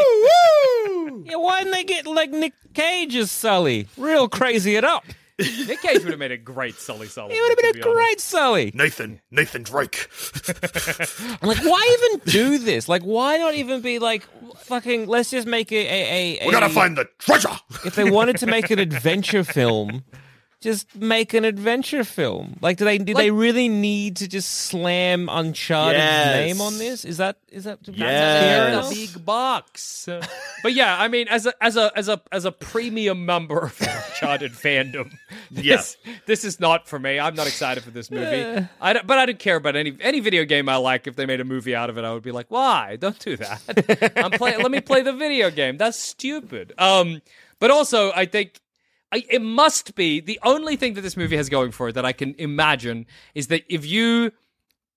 Speaker 1: woo, woo! Yeah, why didn't they get like Nick Cage as Sully? Real crazy it up.
Speaker 6: okay. Nick Cage would have made a great Sully Sullivan.
Speaker 1: He would have
Speaker 6: to
Speaker 1: been a
Speaker 6: be honest.
Speaker 1: great Sully.
Speaker 7: Nathan, Nathan Drake.
Speaker 1: I'm like, why even do this? Like, why not even be like, fucking? Let's just make a a. a
Speaker 7: We gotta
Speaker 1: a-
Speaker 7: find the treasure.
Speaker 1: if they wanted to make an adventure film, just make an adventure film. Like, do they do they
Speaker 6: Like-
Speaker 1: really need to just slam Uncharted's
Speaker 7: Yes.
Speaker 1: name on this? Is that is that that's fair
Speaker 7: Yes.
Speaker 6: Yeah,
Speaker 1: enough?
Speaker 6: the big box. but yeah, I mean, as a as a as a as a premium member of the Uncharted fandom, this this is not for me. I'm not excited for this movie. I don't, but I don't care about any any video game I like. If they made a movie out of it, I would be like, why? Don't do that. I'm play. let me play the video game. That's stupid. Um, but also, I think. I, it must be the only thing that this movie has going for it that I can imagine is that if you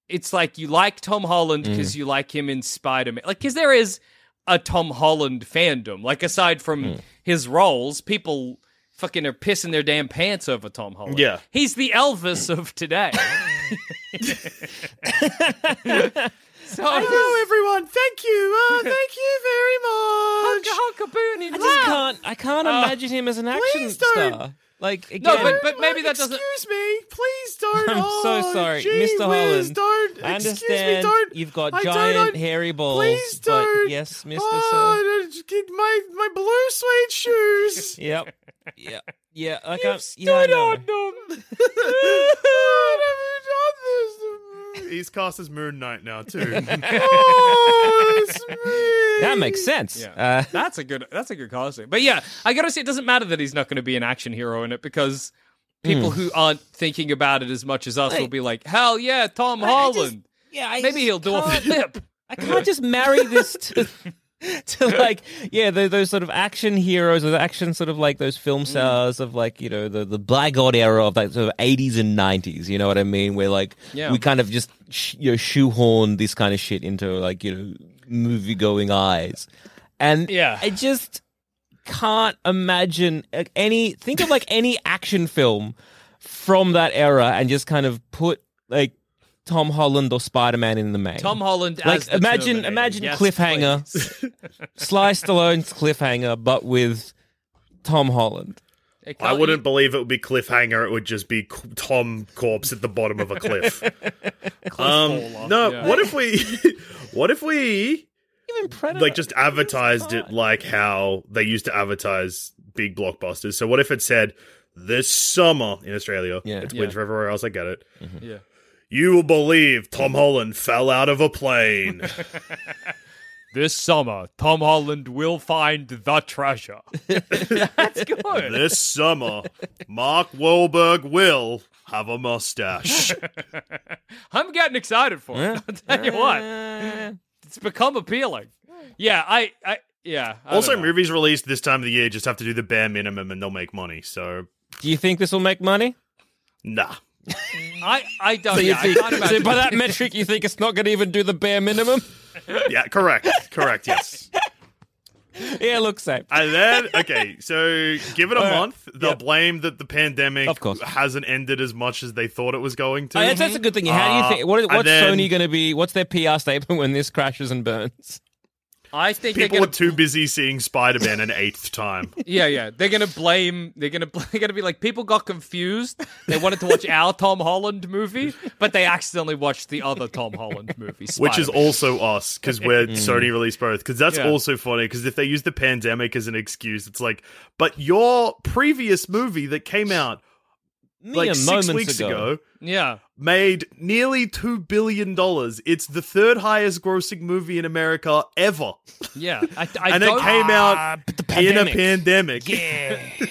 Speaker 6: it's like you like Tom Holland
Speaker 1: Mm.
Speaker 6: because you like him in Spider Man. Like, because there is a Tom Holland fandom. Like, aside from
Speaker 1: Mm.
Speaker 6: his roles, people fucking are pissing their damn pants over Tom Holland.
Speaker 7: Yeah.
Speaker 6: He's the Elvis of today. So
Speaker 9: Hello, everyone. Thank you. Uh, thank you very much.
Speaker 1: I just can't. I can't
Speaker 9: Uh,
Speaker 1: imagine him as an action
Speaker 9: please don't.
Speaker 1: star. Like again,
Speaker 9: No, but, but maybe that doesn't. Excuse me. Please don't.
Speaker 1: I'm so
Speaker 9: Oh,
Speaker 1: sorry,
Speaker 9: gee
Speaker 1: Mr.
Speaker 9: whiz,
Speaker 1: Holland.
Speaker 9: Don't.
Speaker 1: I
Speaker 9: Excuse me,
Speaker 1: understand
Speaker 9: don't.
Speaker 1: you've got
Speaker 9: I don't,
Speaker 1: giant
Speaker 9: I-
Speaker 1: hairy balls.
Speaker 9: Please don't.
Speaker 1: But yes, Mr. Sir.
Speaker 9: Oh, get my my blue suede shoes.
Speaker 1: Yep. Yeah. Yeah. I
Speaker 9: You've
Speaker 1: can't.
Speaker 9: stood
Speaker 1: Yeah, I know.
Speaker 9: on them. Oh, I've done this.
Speaker 7: He's cast as Moon Knight now too.
Speaker 9: Oh, it's me.
Speaker 1: That makes sense. Uh,
Speaker 6: Yeah. that's a good that's a good casting. But yeah, I gotta say it doesn't matter that he's not gonna be an action hero in it because people
Speaker 1: Mm.
Speaker 6: who aren't thinking about it as much as us will be like, Hell yeah, Tom
Speaker 1: I- I
Speaker 6: Holland.
Speaker 1: yeah, I
Speaker 6: Maybe
Speaker 1: just
Speaker 6: he'll do a
Speaker 1: can't-
Speaker 6: flip.
Speaker 1: I can't just marry this to, to like yeah tho- those sort of action heroes or the action sort of like those
Speaker 6: Mm.
Speaker 1: film stars of like you know the the bygone era of like sort of eighties and nineties. You know what I mean? Where like
Speaker 6: Yeah.
Speaker 1: we kind of just sh- you know shoehorn this kind of shit into like you know movie going eyes, and
Speaker 6: Yeah.
Speaker 1: I just can't imagine like, any think of like any action film from that era and just kind of put like Tom Holland or Spider Man in the main.
Speaker 6: Tom Holland
Speaker 1: like
Speaker 6: as the
Speaker 1: imagine
Speaker 6: Terminator.
Speaker 1: imagine
Speaker 6: Yes,
Speaker 1: cliffhanger,
Speaker 6: please.
Speaker 1: Sly Stallone's cliffhanger, but with Tom Holland.
Speaker 6: It
Speaker 7: I
Speaker 6: can't-
Speaker 7: wouldn't believe it would be cliffhanger. It would just be c- Tom corpse at the bottom of a cliff. um, no,
Speaker 6: Yeah.
Speaker 7: what if we? what if we?
Speaker 1: Even Predator.
Speaker 7: like just advertised it like how they used to advertise big blockbusters. So what if it said this summer in Australia?
Speaker 1: Yeah.
Speaker 7: it's
Speaker 6: Yeah.
Speaker 7: winter everywhere else. I get it.
Speaker 6: Yeah.
Speaker 7: You will believe Tom Holland fell out of a plane.
Speaker 6: This summer, Tom Holland will find the treasure. That's good.
Speaker 7: this summer, Mark Wahlberg will have a mustache.
Speaker 6: I'm getting excited for it. I'll tell you
Speaker 1: Eh.
Speaker 6: what, it's become appealing. Yeah, I, I yeah. I
Speaker 7: also,
Speaker 6: don't know.
Speaker 7: movies released this time of the year just have to do the bare minimum and they'll make money. So
Speaker 1: Do you think this will make money?
Speaker 7: nah.
Speaker 6: I, I don't.
Speaker 1: So you
Speaker 6: yeah,
Speaker 1: think-
Speaker 6: I can't
Speaker 1: so
Speaker 6: imagine.
Speaker 1: by that metric, you think it's not going to even do the bare minimum?
Speaker 7: Yeah, correct. correct. Yes.
Speaker 1: Yeah, look, same. Uh,
Speaker 7: And then, okay, so give it a month. They'll blame that the pandemic
Speaker 1: Of course.
Speaker 7: hasn't ended as much as they thought it was going to.
Speaker 1: Oh, that's, that's a good thing. How do you think? What,
Speaker 7: Uh, and
Speaker 1: what's
Speaker 7: then
Speaker 1: Sony going to be? What's their PR statement when this crashes and burns?
Speaker 6: I think they're
Speaker 7: People
Speaker 6: gonna.
Speaker 7: were too busy seeing Spider Man an eighth time.
Speaker 6: yeah, yeah. They're gonna blame. They're gonna. bl- They're gonna be like, people got confused. They wanted to watch our Tom Holland movie, but they accidentally watched the other Tom Holland movie,
Speaker 7: Which is
Speaker 6: Spider-Man.
Speaker 7: also us because
Speaker 1: Mm.
Speaker 7: we're Sony released both. Because that's
Speaker 6: Yeah.
Speaker 7: also funny. Because if they use the pandemic as an excuse, it's like, but your previous movie that came out like six
Speaker 1: moments
Speaker 7: weeks
Speaker 1: ago.
Speaker 7: ago
Speaker 6: Yeah.
Speaker 7: made nearly two billion dollars. It's the third highest grossing movie in America ever,
Speaker 6: Yeah, I, I
Speaker 7: and
Speaker 6: don't,
Speaker 7: it came out
Speaker 1: Ah, but the
Speaker 7: in a
Speaker 1: pandemic.
Speaker 7: pandemic.
Speaker 1: Yeah.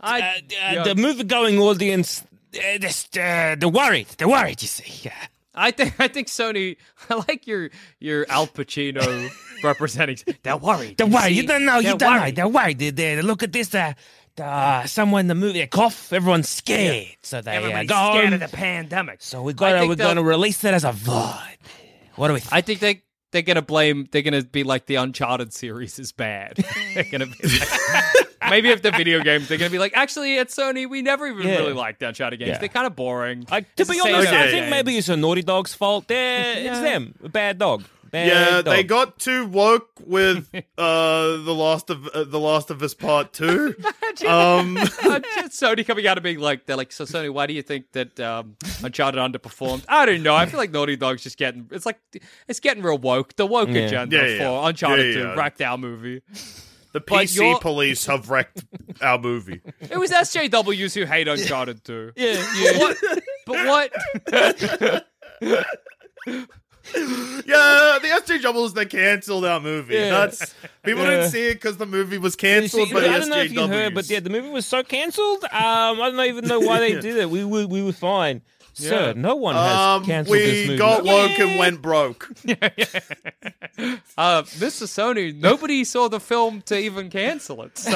Speaker 6: I,
Speaker 1: uh,
Speaker 6: yeah.
Speaker 1: The movie-going audience, uh, just, uh, they're worried. They're worried. You see, yeah.
Speaker 6: I think I think Sony. I like your your Al Pacino representing. They're worried.
Speaker 1: Don't worry. You
Speaker 6: see?
Speaker 1: don't know. You
Speaker 6: They're
Speaker 1: don't know.
Speaker 6: worried.
Speaker 1: They're worried. They, they, they look at this. Uh, uh, someone in the movie, they cough. Everyone's scared. So they uh,
Speaker 6: Everybody's
Speaker 1: go home.
Speaker 6: scared of the pandemic.
Speaker 1: So we
Speaker 6: I
Speaker 1: gotta,
Speaker 6: think
Speaker 1: we're
Speaker 6: they'll-
Speaker 1: going to release that as a VOD. What do we think?
Speaker 6: I think they they're gonna blame. They're gonna be like the Uncharted series is bad. they're gonna be like, maybe if the video games, they're gonna be like, actually at Sony, we never even
Speaker 1: Yeah.
Speaker 6: really liked the Uncharted games.
Speaker 1: Yeah.
Speaker 6: They're kind of boring.
Speaker 1: I, to
Speaker 6: It's
Speaker 1: be
Speaker 6: the same
Speaker 1: honest, I
Speaker 6: game.
Speaker 1: think maybe it's a Naughty Dog's fault. They're, It's them. A bad dog. Bad
Speaker 7: Yeah,
Speaker 1: dog.
Speaker 7: they got too woke with uh, the Last of uh, the Last of Us Part Two. um,
Speaker 6: Uh, just Sony coming out and being like, they're like, so Sony, why do you think that um, Uncharted underperformed? I don't know. I feel like Naughty Dog's just getting, it's like, it's getting real woke. The woke agenda
Speaker 7: Yeah, yeah, yeah.
Speaker 6: for Uncharted
Speaker 7: Yeah, yeah, yeah.
Speaker 6: 2 wrecked our movie.
Speaker 7: the
Speaker 6: But
Speaker 7: PC
Speaker 6: you're-
Speaker 7: police have wrecked our movie.
Speaker 6: It was SJWs who hate Uncharted 2.
Speaker 1: Yeah,
Speaker 6: But what? But what?
Speaker 7: Yeah, the SJ Jubbles they cancelled our movie.
Speaker 1: Yeah.
Speaker 7: That's people
Speaker 1: Yeah.
Speaker 7: didn't see it because the movie was
Speaker 1: You see,
Speaker 7: cancelled by the
Speaker 1: I don't know if you heard, but yeah,
Speaker 7: SJWs.
Speaker 1: the movie was so cancelled. Um, I don't even know why they did it. We were we were fine, sir.
Speaker 6: Yeah.
Speaker 1: No one has
Speaker 7: Um,
Speaker 1: cancelled this
Speaker 7: we
Speaker 1: movie.
Speaker 7: got woke and went broke.
Speaker 6: Uh, this is Sony. Nobody saw the film to even cancel it.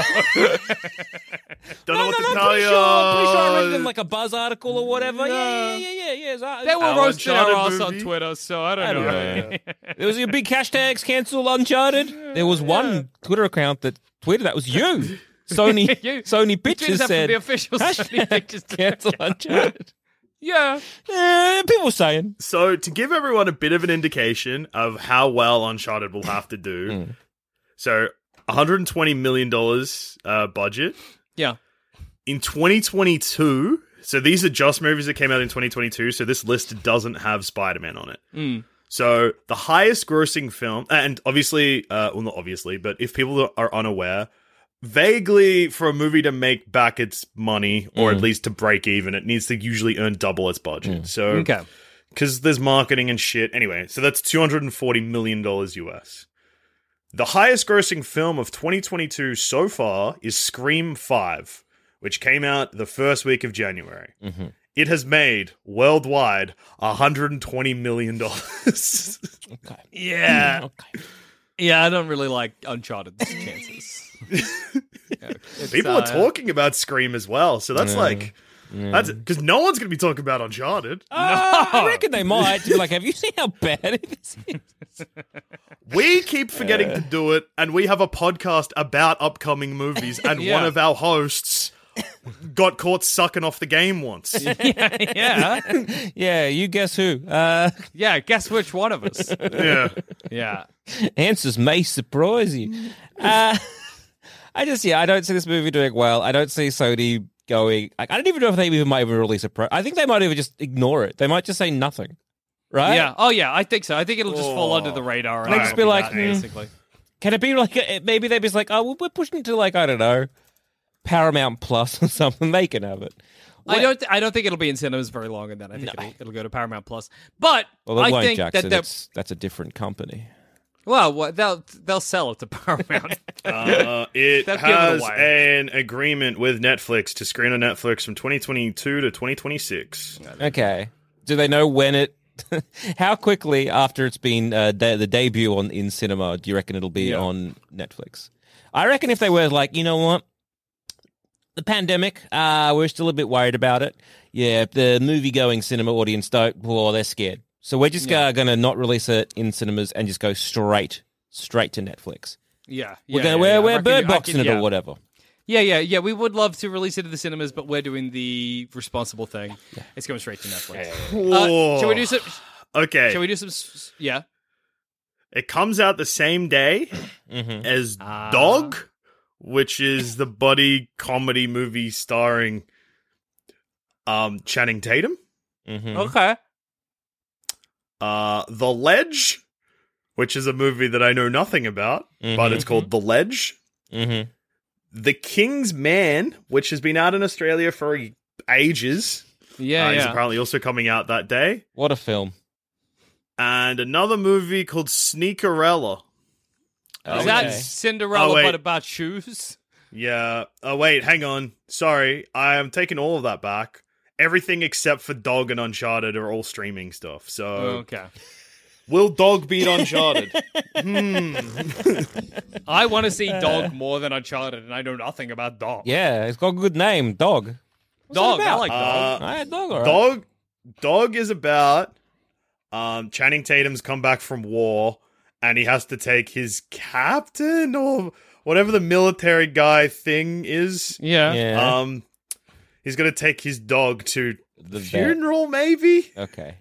Speaker 6: So.
Speaker 7: Don't
Speaker 1: No,
Speaker 7: know
Speaker 1: no,
Speaker 7: what
Speaker 1: no,
Speaker 7: to
Speaker 1: I'm
Speaker 7: tell
Speaker 1: pretty
Speaker 7: you.
Speaker 1: sure, I'm pretty sure I read it in like a Buzz article or whatever. Yeah, yeah, yeah, yeah, yeah. It's- I-
Speaker 6: They were
Speaker 7: Our
Speaker 6: roasting our ass
Speaker 7: Uncharted
Speaker 6: on
Speaker 7: movie?
Speaker 6: Twitter, so I don't,
Speaker 1: I don't
Speaker 6: know.
Speaker 1: know. There was your big hashtags cancel Uncharted. There was one Twitter account that tweeted that was you. Sony
Speaker 6: You-
Speaker 1: Sony
Speaker 6: Tweeted
Speaker 1: pictures
Speaker 6: that from
Speaker 1: said
Speaker 6: the official Sony
Speaker 1: hashtag
Speaker 6: pictures.
Speaker 1: cancel Uncharted.
Speaker 6: Yeah.
Speaker 1: people saying.
Speaker 7: So, to give everyone a bit of an indication of how well Uncharted will have to do, so $120 million uh, budget.
Speaker 6: Yeah.
Speaker 7: In 2022, so these are just movies that came out in 2022, so this list doesn't have Spider Man on it.
Speaker 6: Mm.
Speaker 7: So the highest grossing film, and obviously, uh, well, not obviously, but if people are unaware, vaguely for a movie to make back its money or at
Speaker 1: Mm.
Speaker 7: least to break even, it needs to usually earn double its budget. So
Speaker 6: Okay.
Speaker 7: because there's marketing and shit. Anyway, so that's two hundred and forty million dollars US. The highest grossing film of 2022 so far is Scream 5, which came out the first week of January. It has made worldwide $120 million. okay. Yeah.
Speaker 6: Yeah, I don't really like Uncharted's chances. Yeah, it's,
Speaker 7: People are
Speaker 6: uh,
Speaker 7: talking about Scream as well. So that's
Speaker 1: Yeah.
Speaker 7: like,
Speaker 1: Yeah.
Speaker 7: that's because no one's going to be talking about Uncharted.
Speaker 1: Uh, I reckon they might. Be like, have you seen how bad it is?
Speaker 7: We keep forgetting to do it, and we have a podcast about upcoming movies, and
Speaker 6: Yeah.
Speaker 7: one of our hosts got caught sucking off the game once.
Speaker 6: Yeah.
Speaker 1: yeah, you guess who? Uh,
Speaker 6: Yeah. Guess which one of us?
Speaker 7: yeah.
Speaker 6: Yeah.
Speaker 1: answers may surprise
Speaker 6: Mm.
Speaker 1: you. Uh, I just, yeah, I don't see this movie doing well. I don't see Sony going. Like, I don't even know if they even might even release a pro. I think they might even just ignore it. They might just say nothing, right?
Speaker 6: Yeah. Oh, yeah. I think so. I think it'll just fall
Speaker 7: Oh.
Speaker 6: under the radar. and
Speaker 1: Like,
Speaker 6: it'll
Speaker 1: just be like,
Speaker 6: that,
Speaker 1: hmm.
Speaker 6: basically.
Speaker 1: Can it be like a, maybe they'd be like, oh, we're pushing it to like I don't know, Paramount Plus or something. They can have it.
Speaker 6: I don't. I don't think it'll be in cinemas very long, and then I think it'll, it'll go to Paramount Plus. But
Speaker 1: Well, they
Speaker 6: I
Speaker 1: won't,
Speaker 6: think
Speaker 1: Jack.
Speaker 6: that
Speaker 1: so
Speaker 6: they're-
Speaker 1: that's that's a different company.
Speaker 6: well, well, they'll they'll sell it to Paramount.
Speaker 7: Uh, it
Speaker 6: They've given it
Speaker 7: has
Speaker 6: away.
Speaker 7: an agreement with Netflix to screen on Netflix from 2022 to 2026.
Speaker 1: Okay. Do they know when it? how quickly after it's been uh, de- the debut on in cinema? Do you reckon it'll be on Netflix? I reckon if they were like, you know what, the pandemic, uh, we're still a bit worried about it. Yeah, the movie going cinema audience don't. Well, they're scared, so we're just uh, going to not release it in cinemas and just go straight straight to Netflix.
Speaker 6: yeah,
Speaker 1: We're
Speaker 6: yeah,
Speaker 1: gonna
Speaker 6: yeah,
Speaker 1: we're,
Speaker 6: yeah. I
Speaker 1: we're
Speaker 6: reckon
Speaker 1: bird
Speaker 6: you- I
Speaker 1: boxing
Speaker 6: can-
Speaker 1: it
Speaker 6: yeah.
Speaker 1: or whatever.
Speaker 6: Yeah, yeah, yeah. We would love to release it to the cinemas, but we're doing the responsible thing. It's going straight to Netflix. Uh, shall we do some?
Speaker 7: Okay.
Speaker 6: Shall we do some? s- s- Yeah.
Speaker 7: It comes out the same day
Speaker 1: Mm-hmm.
Speaker 7: as
Speaker 6: Ah.
Speaker 7: Dog, which is the buddy comedy movie starring um, Channing Tatum,
Speaker 1: Mm-hmm.
Speaker 6: Okay.
Speaker 7: uh, The Ledge, which is a movie that I know nothing about, but
Speaker 1: Mhm.
Speaker 7: it's called The Ledge.
Speaker 1: Mm-hmm.
Speaker 7: The King's Man, which has been out in Australia for ages,
Speaker 6: Yeah,
Speaker 7: uh, is
Speaker 6: yeah.
Speaker 7: apparently also coming out that day.
Speaker 1: What a film!
Speaker 7: And another movie called Sneakerella.
Speaker 6: Is
Speaker 1: Okay.
Speaker 6: that
Speaker 7: Oh,
Speaker 6: Cinderella
Speaker 7: wait.
Speaker 6: but about shoes?
Speaker 7: Yeah. Oh, wait, hang on. Sorry, I am taking all of that back. Everything except for Dog and Uncharted are all streaming stuff. So,
Speaker 6: Okay.
Speaker 7: will Dog beat Uncharted?
Speaker 6: I want to see Dog more than Uncharted, and I know nothing about Dog.
Speaker 1: Yeah, it's got a good name, Dog. What's it
Speaker 6: Dog. I
Speaker 1: about?
Speaker 6: like Dog.
Speaker 7: Uh,
Speaker 1: I had dog. All right.
Speaker 7: Dog Dog is about um Channing Tatum's come back from war and he has to take his captain or whatever the military guy thing is.
Speaker 6: Yeah.
Speaker 1: Yeah.
Speaker 7: Um he's gonna take his dog to
Speaker 1: The
Speaker 7: the
Speaker 1: vet.
Speaker 7: funeral, maybe?
Speaker 1: Okay.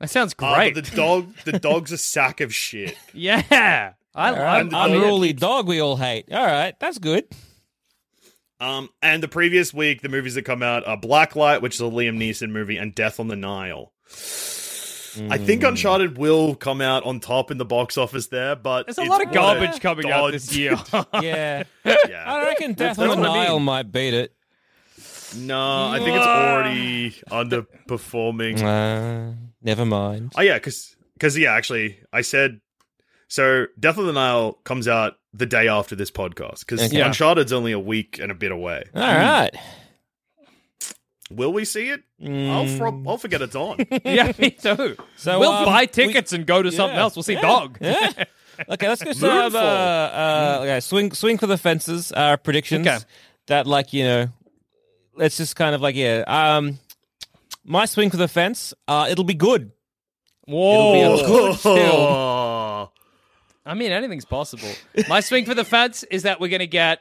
Speaker 6: That sounds
Speaker 7: Uh, but
Speaker 6: great.
Speaker 7: the dog the dog's a sack of shit.
Speaker 6: yeah. I
Speaker 1: All right.
Speaker 6: love
Speaker 7: I'm- I'm
Speaker 6: Dog.
Speaker 1: Unruly dog we all hate. All right, that's good.
Speaker 7: Um and the previous week the movies that come out are Blacklight, which is a Liam Neeson movie, and Death on the Nile. I think Uncharted will come out on top in the box office there, but
Speaker 6: There's a
Speaker 7: it's
Speaker 6: lot of
Speaker 7: what
Speaker 6: garbage coming out
Speaker 7: dodge-
Speaker 6: this year.
Speaker 1: Yeah.
Speaker 7: yeah.
Speaker 1: I reckon Death on the
Speaker 7: that's what I mean.
Speaker 1: Nile might beat it.
Speaker 7: No, I think it's already underperforming.
Speaker 1: Uh, never mind.
Speaker 7: Oh yeah, because yeah, actually, I said so. Death of the Nile comes out the day after this podcast because
Speaker 1: Okay. Yeah.
Speaker 7: Uncharted's only a week and a bit away.
Speaker 1: All right.
Speaker 7: Will we see it? I'll fro- I'll forget it's on.
Speaker 6: yeah, me too.
Speaker 1: So,
Speaker 6: we'll
Speaker 1: um,
Speaker 6: buy
Speaker 1: we-
Speaker 6: tickets and go to something
Speaker 1: Yeah.
Speaker 6: else. We'll see Dog.
Speaker 1: Yeah. Okay, let's go some uh, uh, okay, swing swing for the fences. Our predictions
Speaker 6: Okay.
Speaker 1: that like you know, let's just kind of like yeah. Um, my swing for the fence. Uh, it'll be good.
Speaker 6: Whoa.
Speaker 1: It'll be a good film.
Speaker 7: Oh,
Speaker 6: I mean, anything's possible. My swing for the fence is that we're going to get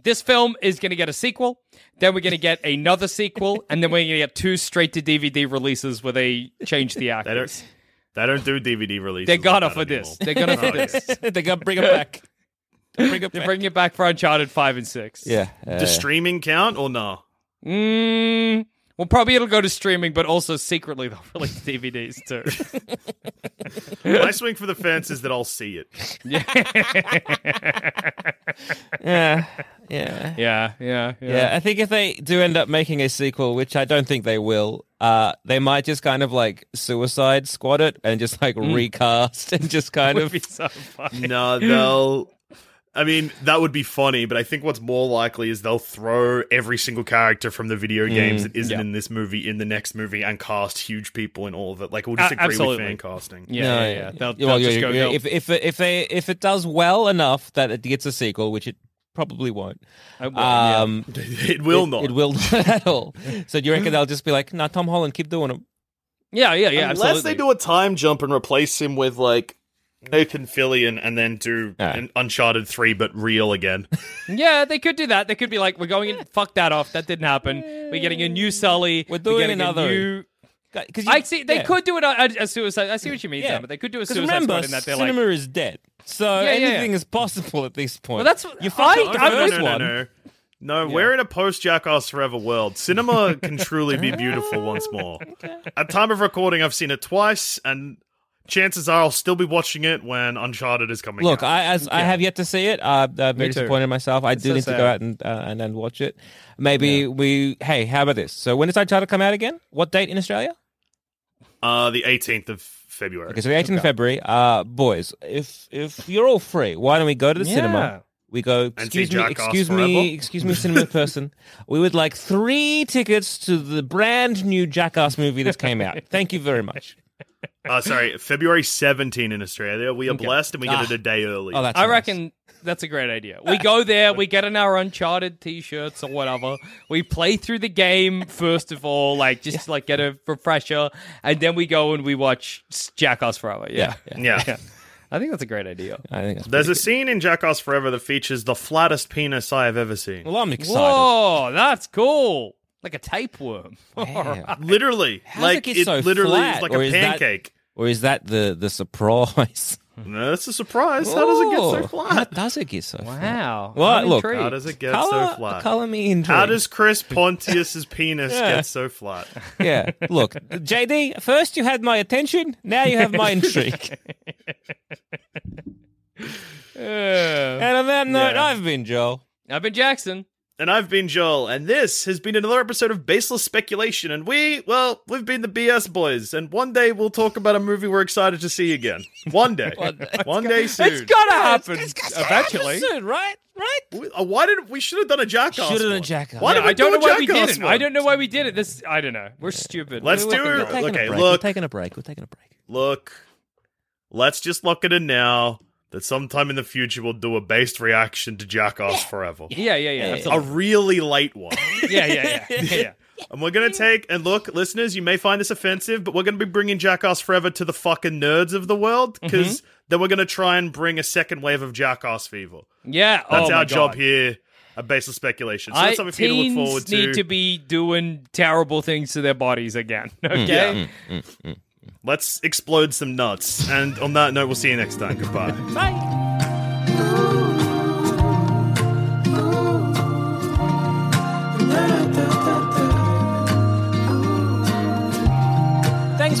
Speaker 6: this film is going to get a sequel, then we're going to get another sequel, and then we're going to get two straight to DVD releases where they change the actors.
Speaker 7: They don't, they don't do DVD releases.
Speaker 6: They're gonna
Speaker 7: like
Speaker 6: for
Speaker 7: that
Speaker 6: this. They're
Speaker 7: anymore.
Speaker 6: gonna for
Speaker 7: Oh, yeah.
Speaker 6: this.
Speaker 10: They're gonna bring it back.
Speaker 6: They're bringing it back. for Uncharted Five and Six.
Speaker 1: Yeah. uh,
Speaker 7: Does streaming count or no?
Speaker 6: Mm, well, probably it'll go to streaming, but also secretly they'll release DVDs too.
Speaker 7: My swing for the fence is that I'll see it.
Speaker 1: yeah, yeah,
Speaker 6: yeah, yeah, yeah.
Speaker 1: I think if they do end up making a sequel, which I don't think they will, uh, they might just kind of like Suicide Squad it and just like
Speaker 6: Hmm.
Speaker 1: recast and just kind
Speaker 6: Would
Speaker 1: of
Speaker 6: be so funny.
Speaker 7: No, they'll. I mean, that would be funny, but I think what's more likely is they'll throw every single character from the video games that isn't
Speaker 6: Mm, yeah.
Speaker 7: in this movie in the next movie and cast huge people in all of it. Like, we'll
Speaker 6: Uh,
Speaker 7: just agree
Speaker 6: absolutely.
Speaker 7: with fan casting.
Speaker 6: Yeah,
Speaker 1: No,
Speaker 6: yeah, yeah. They'll,
Speaker 1: well,
Speaker 6: they'll just
Speaker 1: yeah,
Speaker 6: go.
Speaker 1: yeah,
Speaker 6: they'll-
Speaker 1: if if if they if it does well enough that it gets a sequel, which it probably won't.
Speaker 6: I will, yeah.
Speaker 1: um,
Speaker 7: It will
Speaker 1: it,
Speaker 7: not.
Speaker 1: It will not at all. So do you reckon they'll just be like, "Nah, Tom Holland, keep doing them."
Speaker 6: yeah, yeah, yeah.
Speaker 7: Unless
Speaker 6: absolutely.
Speaker 7: they do a time jump and replace him with, like, Nathan Fillion and then do
Speaker 1: Ah.
Speaker 7: an Uncharted 3, but real again.
Speaker 6: Yeah, they could do that. They could be like, "We're going in. Fuck that off. That didn't happen. We're getting a new Sully.
Speaker 1: We're doing
Speaker 6: getting a
Speaker 1: another-
Speaker 6: new-
Speaker 1: Because
Speaker 6: I see. They could do it a, a suicide. I see what you mean,
Speaker 1: Yeah.
Speaker 6: Dan, but they could do a
Speaker 1: Because
Speaker 6: suicide
Speaker 1: remember,
Speaker 6: squad in that they're like,
Speaker 1: cinema is dead, so
Speaker 6: Yeah, yeah, yeah.
Speaker 1: anything is possible at this point.
Speaker 6: well, that's
Speaker 1: you
Speaker 6: I,
Speaker 1: fucking
Speaker 7: No,
Speaker 1: I'm
Speaker 7: no,
Speaker 1: with
Speaker 7: no, no,
Speaker 1: one.
Speaker 7: no. No, we're in a post Jackass Forever world. Cinema can truly be beautiful once more. At time of recording, I've seen it twice, and chances are I'll still be watching it when Uncharted is coming.
Speaker 1: Look,
Speaker 7: out.
Speaker 1: I as, I have yet to see it. Uh, I'm very
Speaker 6: too.
Speaker 1: disappointed in myself. I do
Speaker 6: so
Speaker 1: need to
Speaker 6: sad.
Speaker 1: go out and uh, and, and watch it. Maybe we. Hey, how about this? So when does Uncharted come out again? What date in Australia?
Speaker 7: uh, the 18th of February.
Speaker 1: Okay, so the 18th of February. Uh, boys, if if you're all free, why don't we go to the
Speaker 6: Yeah.
Speaker 1: cinema? We go.
Speaker 7: see
Speaker 1: Excuse me,
Speaker 7: Jackass
Speaker 1: excuse
Speaker 7: Forever.
Speaker 1: me, excuse me, cinema person. We would like three tickets to the brand new Jackass movie that came out. Thank you very much.
Speaker 7: uh, sorry, February 17 in Australia. We are blessed, and we get it a day early.
Speaker 1: Oh, that's.
Speaker 6: I
Speaker 1: nice.
Speaker 6: reckon that's a great idea. We go there, we get in our Uncharted t-shirts or whatever. We play through the game first of all, like just like get a refresher, and then we go and we watch Jackass Forever. Yeah,
Speaker 7: yeah.
Speaker 6: I think that's a great idea.
Speaker 1: I think that's.
Speaker 7: There's a scene in Jackass Forever that features the flattest penis I have ever seen.
Speaker 1: Well, I'm excited.
Speaker 6: Whoa, that's cool. Like a tapeworm.
Speaker 1: Wow.
Speaker 7: Literally,
Speaker 1: How's it
Speaker 7: like
Speaker 1: get
Speaker 7: it,
Speaker 1: so
Speaker 7: literally
Speaker 1: flat?
Speaker 7: is like
Speaker 1: Or
Speaker 7: a
Speaker 1: is that-
Speaker 7: pancake.
Speaker 1: Or is that the the surprise?
Speaker 7: No, that's a surprise. How does it get
Speaker 1: Oh,
Speaker 7: so flat?
Speaker 1: How does it get so flat?
Speaker 6: Oh, Wow.
Speaker 1: Well,
Speaker 6: I'm
Speaker 1: look,
Speaker 6: intrigued.
Speaker 7: How does it get
Speaker 1: Color-
Speaker 7: so flat?
Speaker 1: color me intrigued.
Speaker 7: How does Chris Pontius's penis
Speaker 1: Yeah.
Speaker 7: get so flat?
Speaker 1: Yeah. Look, JD, first you had my attention, now you have my intrigue. and on that note, I've been Joel.
Speaker 6: I've been Jackson.
Speaker 7: And I've been Joel, and this has been another episode of Baseless Speculation. And we, well, we've been the BS boys, and one day we'll talk about a movie we're excited to see again. One day, one day soon.
Speaker 6: It's gonna happen eventually.
Speaker 1: Soon, right? Right?
Speaker 7: We- uh, why did we should have done a jackass?
Speaker 1: Should've done a
Speaker 7: one.
Speaker 1: Jackass.
Speaker 7: Why
Speaker 1: Yeah,
Speaker 7: did we
Speaker 6: I don't
Speaker 7: do
Speaker 6: know
Speaker 7: a
Speaker 6: why we
Speaker 7: jackass
Speaker 6: did it.
Speaker 7: one?
Speaker 6: I don't know why we did it. This I don't know. We're stupid.
Speaker 7: Let's
Speaker 6: We're
Speaker 7: do
Speaker 6: looking
Speaker 7: it.
Speaker 1: We're taking
Speaker 7: Okay,
Speaker 1: a break.
Speaker 7: look.
Speaker 1: We're taking a break. We're taking a break.
Speaker 7: Look, let's just lock it in now. That sometime in the future we'll do a based reaction to Jackass Forever,
Speaker 6: Yeah, yeah, yeah.
Speaker 7: a
Speaker 6: absolutely.
Speaker 7: really late one.
Speaker 6: Yeah, yeah, yeah. yeah, yeah.
Speaker 7: And we're gonna take and look, listeners. You may find this offensive, but we're gonna be bringing Jackass Forever to the fucking nerds of the world
Speaker 6: Mm-hmm.
Speaker 7: because then we're gonna try and bring a second wave of Jackass fever.
Speaker 6: Yeah,
Speaker 7: That's
Speaker 6: oh my
Speaker 7: our job
Speaker 6: God.
Speaker 7: here at Baseless Speculation. So
Speaker 6: I,
Speaker 7: that's something for you
Speaker 6: teens
Speaker 7: to look forward to.
Speaker 6: need to be doing terrible things to their bodies again. Okay,
Speaker 7: Let's explode some nuts. And on that note, we'll see you next time. Goodbye.
Speaker 6: bye.
Speaker 10: Thanks